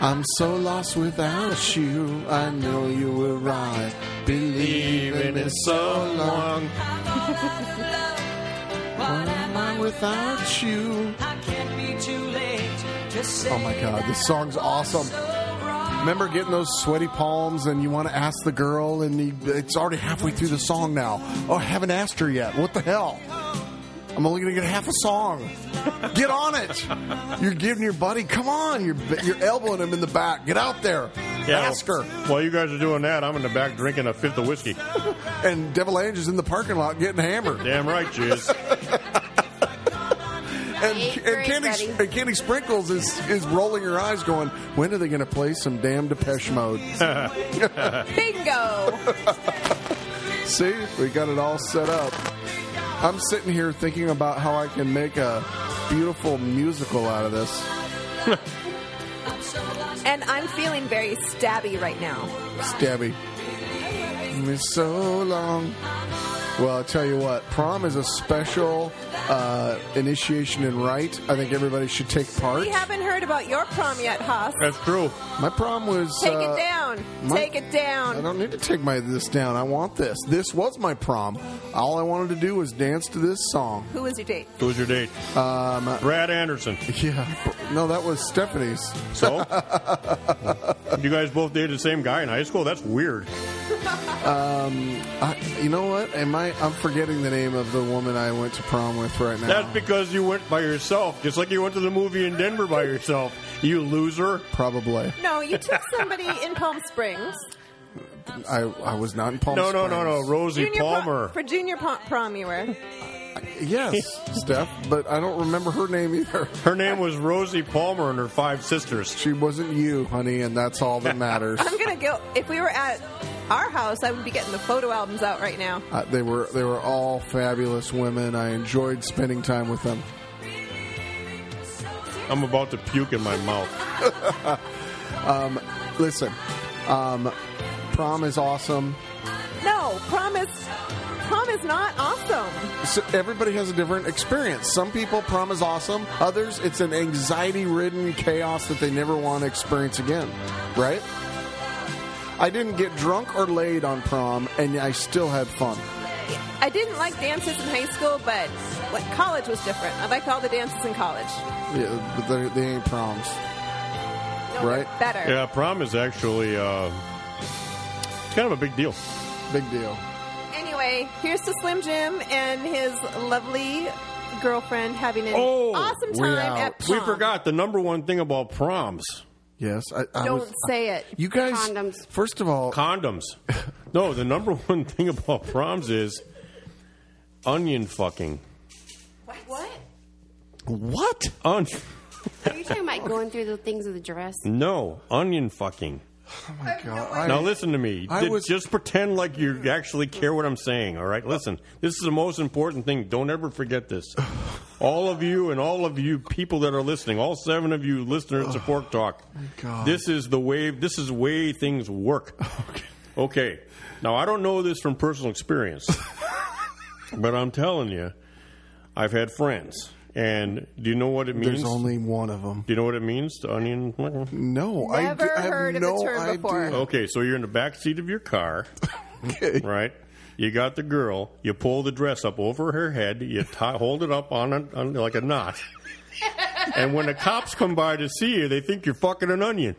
I'm so lost without you. I know you were right. Believing is so long. What am I without you? Oh my god, this song's awesome. Remember getting those sweaty palms and you want to ask the girl and you, it's already halfway through the song now. Oh, I haven't asked her yet. What the hell? I'm only going to get half a song. Get on it. You're giving your buddy, come on. You're, you're elbowing him in the back. Get out there. Ask her.
While you guys are doing that, I'm in the back drinking a fifth of whiskey.
And Devil Ange is in the parking lot getting hammered.
Damn right she is.
and,
Eighth
and
grade,
Candy
buddy.
and Candy Sprinkles is is rolling her eyes, going, "When are they going to play some damn Depeche Mode?"
Bingo.
See, we got it all set up. I'm sitting here thinking about how I can make a beautiful musical out of this.
and I'm feeling very stabby right now.
Stabby, me so long. Well, I'll tell you what, prom is a special uh, initiation in right. I think everybody should take part.
We haven't heard about your prom yet, Haas.
That's true.
My prom was.
Take
uh,
it down.
my-
Take it
I
down.
don't need to take my this down. I want this. This was my prom. All I wanted to do was dance to this song.
Who was your date?
Who was your date?
Um,
Brad Anderson.
Yeah. No, that was Stephanie's.
So? you guys both dated the same guy in high school? That's weird.
Um, I, you know what? Am I? I'm forgetting the name of the woman I went to prom with right now.
That's because you went by yourself, just like you went to the movie in Denver by yourself. You loser.
Probably.
No, you took somebody in Palm Springs.
I, I was not in Palm
No, no, no, no.
Springs.
Rosie
Junior prom-
Palmer.
for junior prom, prom you were.
Yes, Steph, but I don't remember her name either.
Her name was Rosie Palmer and her five sisters.
She wasn't you, honey, and that's all that matters.
I'm gonna go. If we were at our house, I would be getting the photo albums out right now.
Uh, they were they were all fabulous women. I enjoyed spending time with them.
I'm about to puke in my mouth.
Um, listen, um, prom is awesome.
No, prom is prom is not awesome.
So everybody has a different experience. Some people prom is awesome. Others, it's an anxiety-ridden chaos that they never want to experience again. Right? I didn't get drunk or laid on prom, and I still had fun.
I didn't like dances in high school, but what college was different. I liked all the dances in college.
Yeah, but they, they ain't proms,
No,
right?
they're Better.
Yeah, prom is actually uh, it's kind of a big deal.
Big deal.
Anyway, here's to Slim Jim and his lovely girlfriend having an
Oh,
awesome
we
time
out.
at prom.
We forgot the number one thing about proms:
Yes, I, I
Don't
was-
say it.
You guys,
Condoms.
first of all,
condoms. No, the number one thing about proms is onion fucking.
What?
what?
Un-
Are you talking about going through the things of the dress?
no, onion fucking.
Oh my god! I,
Now listen to me.
I
Did-
was-
just pretend like you actually care what I'm saying. All right, listen. This is the most important thing. Don't ever forget this. All of you and all of you people that are listening, all seven of you listeners to Fork Talk.
God.
This is the way. This is the way things work. Okay. Now I don't know this from personal experience, but I'm telling you, I've had friends. And do you know what it means?
there's only one of them.
do you know what it means to onion?
No, I, d-
Never
I have
heard of the
no
term
idea.
before.
Okay, so you're in the back seat of your car, right? You got the girl. You pull the dress up over her head. You tie, hold it up on, a, on like a knot. And when the cops come by to see you, they think you're fucking an onion.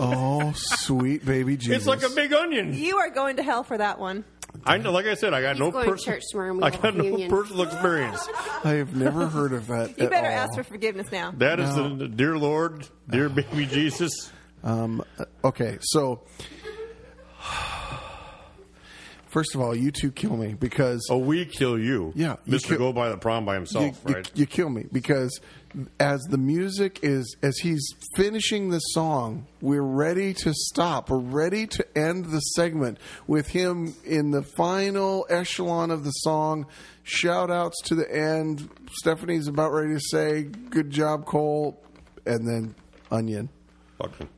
Oh, sweet baby Jesus!
It's like a big onion.
You are going to hell for that one.
I know. Like I said, I got
He's
no
going to church tomorrow and we
I
have
got no
communion.
personal experience.
I have never heard of that.
You
at
better
all.
ask for forgiveness now.
That is
No.
the, the dear Lord, dear baby Jesus.
Um, uh, okay, so first of all, you two kill me because
Oh, we kill you.
Yeah, you
Mister
kill-
Go by the prom by
you,
himself,
you-
right?
you kill me because as the music is as he's finishing the song, we're ready to stop. We're ready to end the segment with him in the final echelon of the song. Shout outs to the end. Stephanie's about ready to say, "Good job, Cole," and then Onion.
Fucking.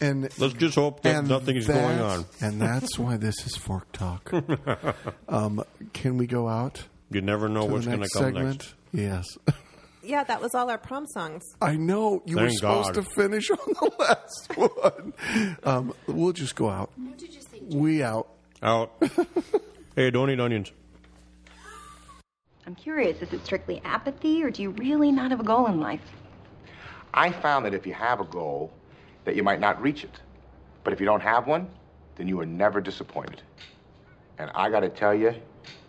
And
Let's just hope that nothing is going
that's-
on.
And that's why this is Fork Talk. um, can we go out
You never know
to
what's
the
going to
next
come
segment?
next.
Yes.
Yeah, that was all our prom songs.
I know you were
Thank
supposed
God.
to finish on the last one. Um, we'll just go out.
What did you think?
We out.
Out. hey, don't eat onions.
I'm curious, is it strictly apathy or do you really not have a goal in life?
I found that if you have a goal, that you might not reach it. But if you don't have one, then you are never disappointed. And I gotta tell you,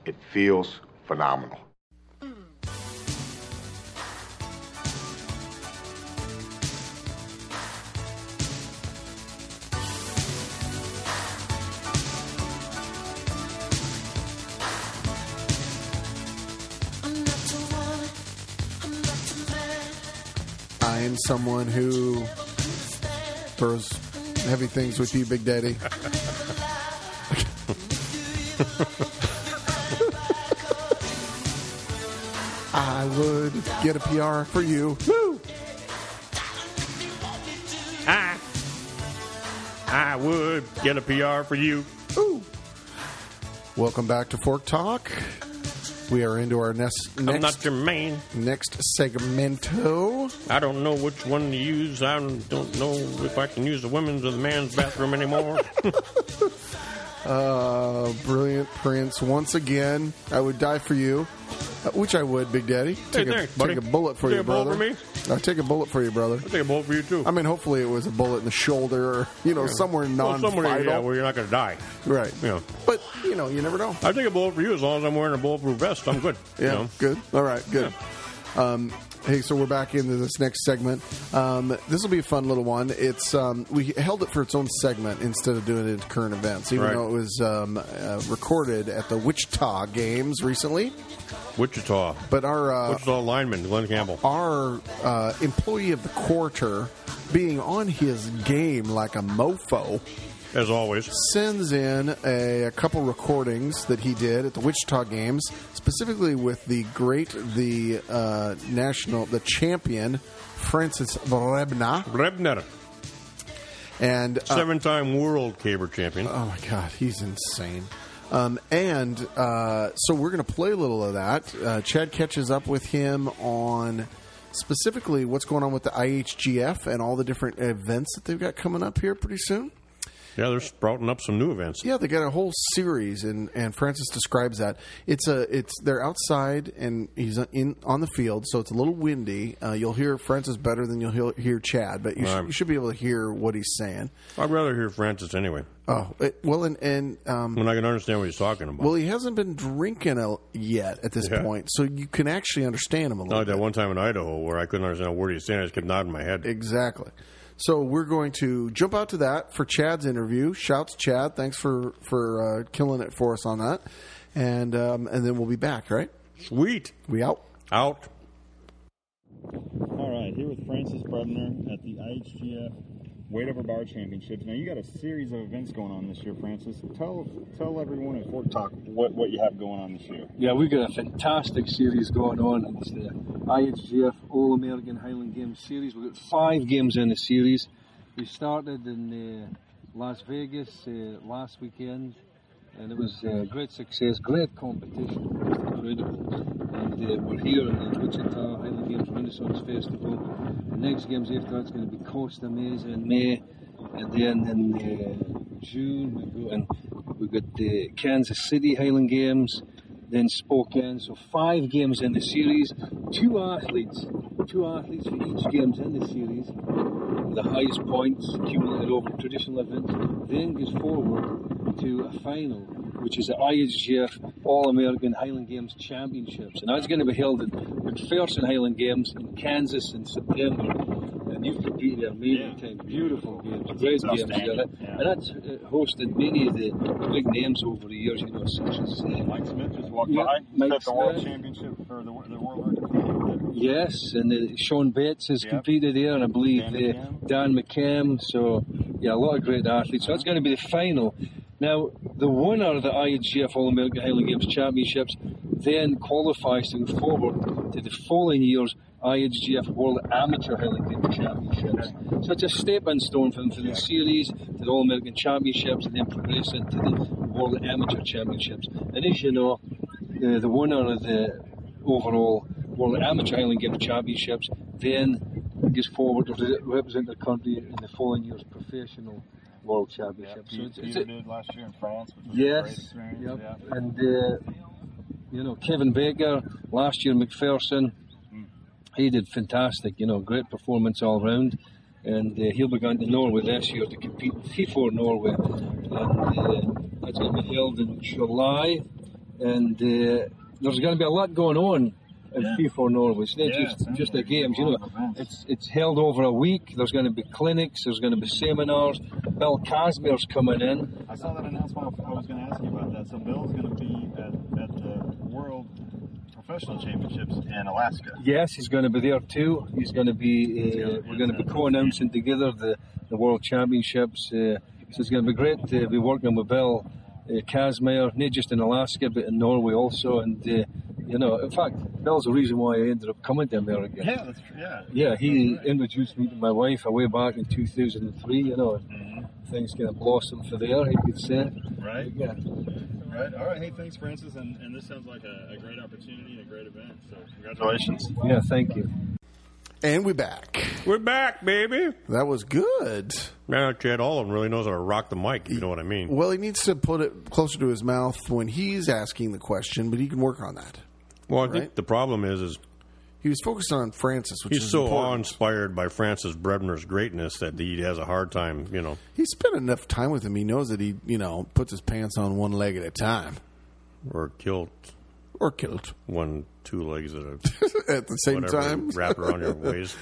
it feels phenomenal.
I'm not the one, I'm not the man.
I am someone who throws heavy things with you, Big Daddy. I would get a PR for you. Woo!
I would get a PR for you.
Welcome back to Fork Talk. We are into our next next,
I'm not your man.
next segmento.
I don't know which one to use. I don't know if I can use the women's or the man's bathroom anymore.
Uh, Brilliant Prince, once again, I would die for you, uh, which I would, Big Daddy. Take, a,
thanks, buddy.
take a bullet for
Take
you,
a bullet
brother. I take a bullet for you, brother.
I'll take a bullet for you, too.
I mean, hopefully it was a bullet in the shoulder, or, you know, somewhere
Well,
non-vital.
somewhere, yeah, where you're not going to die.
Right.
Yeah.
But you know, you never know.
I take a bullet for you as long as I'm wearing a bulletproof vest. I'm good.
Yeah,
You know?
good. All right, good. Um, hey, so we're back into this next segment. Um, this will be a fun little one. It's um, we held it for its own segment instead of doing it into current events, even
Right.
though it was um, uh, recorded at the Wichita games recently.
Wichita.
But our uh,
Wichita lineman, Glenn Campbell.
our uh, employee of the quarter being on his game like a mofo.
As always,
sends in a, a couple recordings that he did at the Wichita games, specifically with the great, the uh, national, the champion Francis Brebna,
Rebner,
Uh. and uh,
seven-time world caber champion.
Oh my God, he's insane. Um, and uh, so we're going to play a little of that. Uh, Chad catches up with him on specifically what's going on with the IHGF and all the different events that they've got coming up here pretty soon.
yeah, they're sprouting up some new events.
Yeah, they got a whole series, and, and Francis describes that it's a it's they're outside and he's in on the field, so it's a little windy. Uh, you'll hear Francis better than you'll hear, hear Chad, but you, should
Right.
you should be able to hear what he's saying.
I'd rather hear Francis anyway,
Oh, it, well, and and um,
when I can understand what he's talking about.
well, he hasn't been drinking a, yet at this
Yeah.
point, so you can actually understand him a little.
Not like that one time in Idaho where I couldn't understand a word he was saying. I just kept nodding my head.
Exactly. So we're going to jump out to that for Chad's interview. Shouts Chad, thanks for for uh, killing it for us on that, and um, and then we'll be back. Right?
Sweet.
We out.
Out.
All right, here with Francis Brebner at the IHGF Weight Over Bar Championships. Now you got a series of events going on this year, Francis. Tell tell everyone at Fort Talk what, what you have going on this year.
Yeah, we've got a fantastic series going on. It's the IHGF All American Highland Games series. We've got five games in the series. We started in uh, Las Vegas uh, last weekend, and it was uh, great success, great competition, just incredible. And uh, we're here in the Wichita Highland Games Renaissance Festival. The next games after that's going to be Costa Mesa in May, and then in uh, June we go and we've got the Kansas City Highland Games then Spokane. So five games in the series, two athletes, two athletes for each games in the series. The highest points accumulated over traditional events then goes forward to a final, which is the IHGF All American Highland Games Championships, and that's going to be held at McPherson Highland Games in Kansas in September and you've competed at amazing times, beautiful games, great
It's
games together.
outstanding, yeah.
And that's uh, hosted many of the big names over the years, you know, such as uh, Mike Smith just
Walk
yeah,
by,
Mike
set the world
Smith.
championship for the, wor- the world record.
Yes, and uh, Sean Bates has competed there, and I believe uh, Dan McCam. So, yeah, a lot of great athletes. So that's
Uh-huh.
going to be the final. Now, the winner of the IHGF All American Highland Games Championships then qualifies to go forward to the following year's IHGF World Amateur Highland Games Championships. So it's a stepping stone for them from the series to the All American Championships and then progressing to the World Amateur Championships. And as you know, uh, the winner of the overall World Amateur Highland Games Championships, then goes forward to represent the country in the following year's professional World Championships.
Pete,
So it's,
Peter
it's a,
did last year in France, which was a great
yes,
experience.
yep.
yeah.
and uh, you know Kevin Baker last year McPherson,
Hmm.
he did fantastic. You know, great performance all round. And uh, he'll be going to Norway this year to compete in FIFO Norway. And uh, that's going to be held in July. And uh, there's going to be a lot going on in
Yeah.
FIFO Norway. It's not
Yeah,
just,
sounds
just the
like there's
games.
a
You
lot
know,
of events.
it's it's held over a week. There's going to be clinics. There's going to be seminars. Bill Casmer's coming in.
I saw that announcement. I was going to ask you about that. So Bill's going to be at, at the World Professional Championships in Alaska.
Yes, he's going to be there too. He's going to be. Uh, we're going to be co-announcing together the, the world championships. Uh, so it's going to be great to be working with Bill uh, Kazmaier, not just in Alaska but in Norway also, and uh, You know, in fact, that was the reason why I ended up coming to America.
Yeah, that's true. Yeah.
Yeah, he introduced me to my wife way back in 2003, you know, and things kind of blossomed for there, you could say.
Mm-hmm. Right.
Yeah.
Right. All right. Hey, thanks, Francis. And, and this sounds like a, a great opportunity and a great event. So, congratulations.
Yeah, thank you.
And we're back.
We're back, baby.
That was good.
Now, Chad Allen really knows how to rock the mic, if you know what I mean.
Well, he needs to put it closer to his mouth when he's asking the question, but he can work on that.
Well, I think the problem is, is
He was focused on Francis, which
he's
is
so
important.
awe-inspired by Francis Brebner's greatness that he has a hard time, you know.
He spent enough time with him. He knows that he, you know, puts his pants on one leg at a time
Or killed
or killed
one, two legs at a
at the same
whatever,
time.
wrapped around your waist.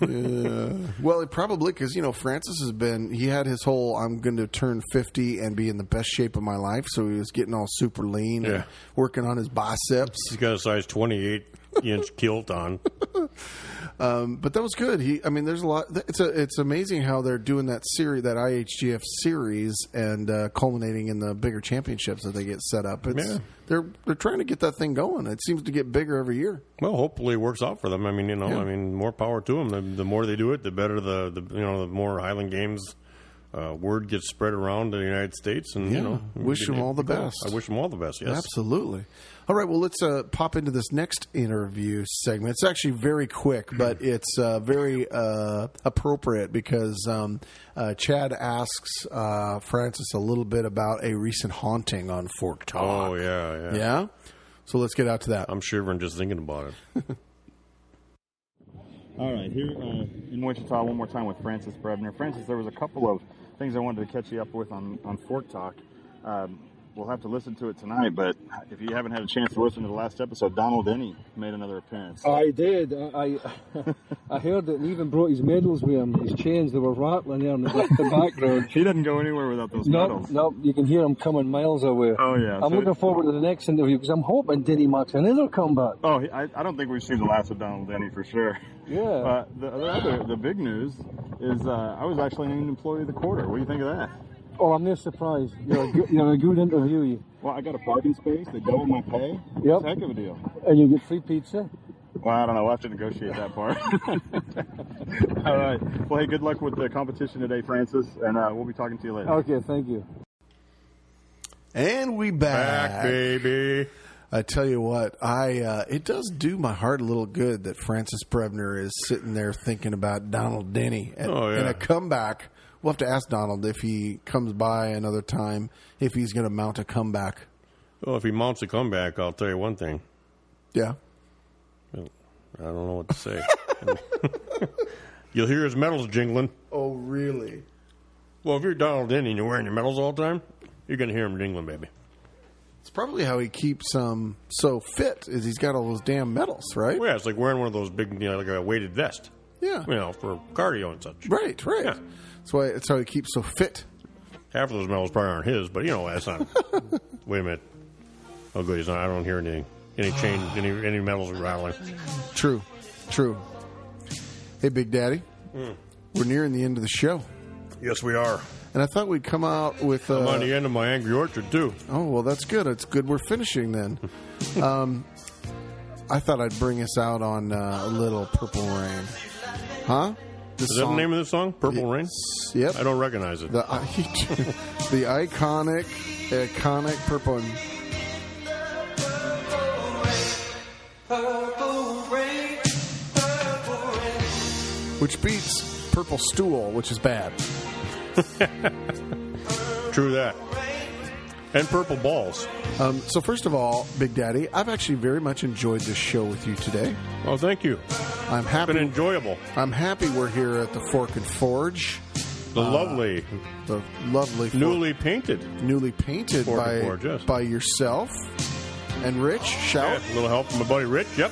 yeah. Well, it probably because you know Francis has been he had his whole I'm going to turn 50 and be in the best shape of my life, so he was getting all super lean
Yeah.
and working on his biceps.
He's got a size 28 inch kilt on.
Um, but that was good. He, I mean, there's a lot. It's a, it's amazing how they're doing that series, that IHGF series, and uh, culminating in the bigger championships that they get set up. It's,
Yeah.
They're they're trying to get that thing going. It seems to get bigger every year.
Well, hopefully it works out for them. I mean, you know,
Yeah.
I mean, more power to them. The, the more they do it, the better the, the you know, the more Highland Games uh, word gets spread around the United States, and
Yeah.
you know,
Wish
it'd be-
'em all the
it'd be cool.
best.
I wish them all the best. Yes,
Absolutely. All right. Well, let's uh, pop into this next interview segment. It's actually very quick,
Hmm.
but it's uh, very uh, appropriate because um, uh, Chad asks uh, Francis a little bit about a recent haunting on Fork Talk.
Oh yeah, yeah.
Yeah. So let's get out to that.
I'm shivering just thinking about it.
All right, here uh, in Wichita, one more time with Francis Brebner. Francis, there was a couple of things I wanted to catch you up with on, on Fork Talk. Um, we'll have to listen to it tonight, but if you haven't had a chance to listen to the last episode, Donald Denny made another appearance.
I did. I I, I heard that he even brought his medals with him. His chains, they were rattling there in the, the background.
He doesn't go anywhere without those
No,
medals.
no, you can hear him coming miles away.
Oh, yeah,
I'm
so-
looking forward to the next interview because I'm hoping Denny makes another comeback.
Oh, he- I, I don't think we've seen the last of Donald Denny for sure.
Yeah.
Uh, the, the other, the big news is uh, I was actually named Employee of the Quarter. What do you think of that?
Oh, I'm no surprise. You're a good, you're a good interviewee,
Well, I got a parking space. They double my pay.
Yep.
It's a heck of a deal.
and you get free pizza.
Well, I don't know. We'll have to negotiate that part. All right. Well, hey, good luck with the competition today, Francis, and uh, we'll be talking to you later.
Okay, thank you.
And we back.
Back, baby.
I tell you what, I uh, it does do my heart a little good that Francis Brebner is sitting there thinking about Donald Denny and,
Oh, yeah.
and a comeback. We'll have to ask Donald if he comes by another time if he's going to mount a comeback.
Well, if he mounts a comeback, I'll tell you one thing.
Yeah,
I don't know what to say. You'll hear his medals jingling.
Oh, really?
Well, if you're Donald Denny and you're wearing your medals all the time, you're going to hear him jingling, baby.
it's probably how he keeps um so fit is he's got all those damn medals, right?
Well, yeah, it's like wearing one of those big, you know, like a weighted vest.
Yeah.
You know, for cardio and such.
Right, right. That's why that's how he keeps so fit.
Half of those medals probably aren't his, but you know, that's not. wait a minute. Oh, good, he's not. I don't hear any any chain, any any medals rattling.
True, true. Hey, Big Daddy,
Mm.
we're nearing the end of the show,
Yes, we are.
and I thought we'd come out with. Uh,
I'm on the end of my Angry Orchard too.
Oh well, that's good. It's good we're finishing then. um, I thought I'd bring us out on uh, a little Purple Rain, huh?
Is that the name of the song? Purple Rain.
Yep.
I don't recognize it.
The i- the iconic, iconic Purple. Rain. Which beats Purple Stool, which is bad.
True that. And purple balls.
Um, so first of all, Big Daddy, I've actually very much enjoyed this show with you today.
Oh, thank you.
I'm happy.
Been enjoyable.
I'm happy we're here at the Fork and Forge.
The
Ah.
lovely,
the lovely, fork-
newly painted.
newly painted
Fork
by
and Forge, yes.
by yourself and Rich. Shout
A little help from my buddy Rich. Yep.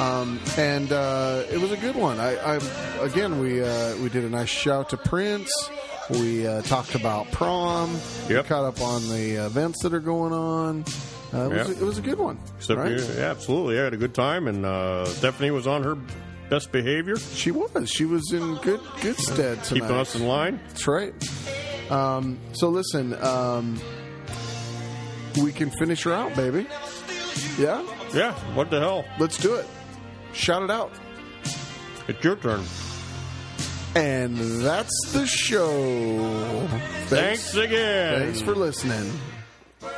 Um, and uh, it was a good one. I, I again, we uh, we did a nice shout to Prince. We uh, talked about prom. We
Yep.
caught up on the events that are going on. Uh, it, was,
Yep.
it was a good one.
Except
right?
you- yeah, absolutely. I had a good time, and uh, Stephanie was on her best behavior,
She was. She was in good good stead tonight.
keeping us in line.
That's right. Um, so listen, um, we can finish her out, baby. Yeah.
Yeah, what the hell?
Let's do it. Shout it out.
It's your turn.
And that's the show.
Thanks again.
Thanks for listening.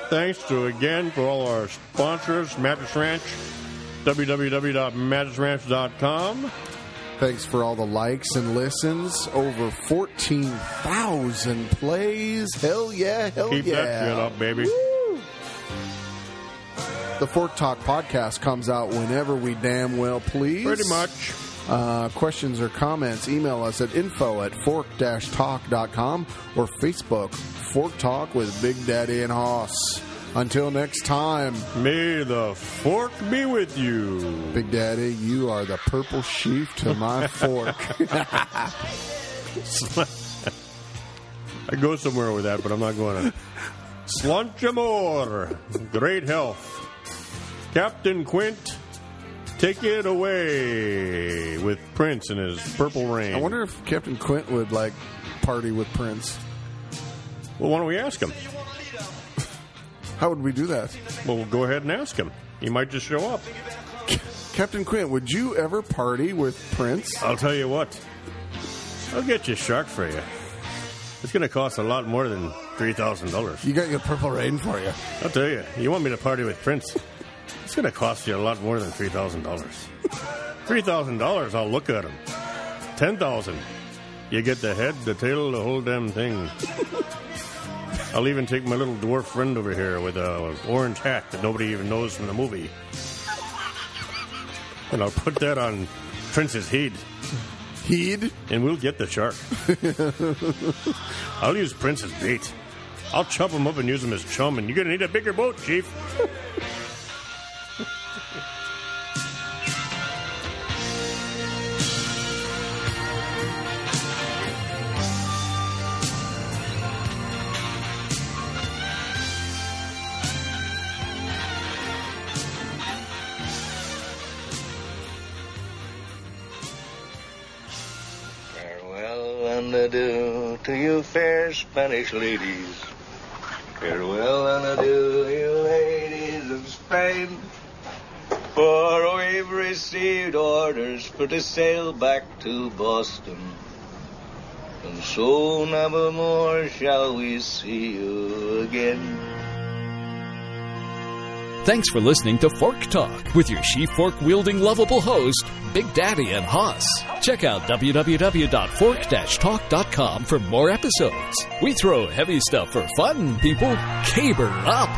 Thanks to again for all our sponsors, Mattress Ranch, www.mattressranch.com.
Thanks for all the likes and listens. Over 14,000 plays. Hell yeah, hell
Keep
Oh, yeah.
that shit up, baby.
The Fork Talk podcast comes out whenever we damn well please.
Pretty much.
Uh, questions or comments, email us at info at fork talk.com or Facebook Fork Talk with Big Daddy and Hoss. Until next time,
may the fork be with you.
Big Daddy, you are the purple sheaf to my fork.
I go somewhere with that, but I'm not going to. Slunchamore, great health. Captain Quint, take it away with Prince and his Purple Rain.
I wonder if Captain Quint would like party with Prince.
Well, why don't we ask him?
How would we do that?
Well, we'll go ahead and ask him. He might just show up.
Captain Quint, would you ever party with Prince?
I'll tell you what. I'll get you a shark for you. It's going to cost a lot more than three thousand dollars.
You got your purple rain for you.
I'll tell you. You want me to party with Prince? It's going to cost you a lot more than three thousand dollars. Three thousand dollars. I'll look at him. Ten thousand. You get the head, the tail, the whole damn thing. I'll even take my little dwarf friend over here with a orange hat that nobody even knows from the movie, and I'll put that on Prince's head.
Heed,
and we'll get the shark. I'll use Prince's bait. I'll chop him up and use him as chum, and you're gonna need a bigger boat, Chief.
Farewell and adieu to you fair Spanish ladies. Farewell and adieu, you ladies of Spain. For we've received orders for to sail back to Boston. And so nevermore shall we see you again.
Thanks for listening to Fork Talk with your she fork wielding lovable host, Big Daddy and Haas. Check out www.fork talk.com for more episodes. We throw heavy stuff for fun, people. Caber up!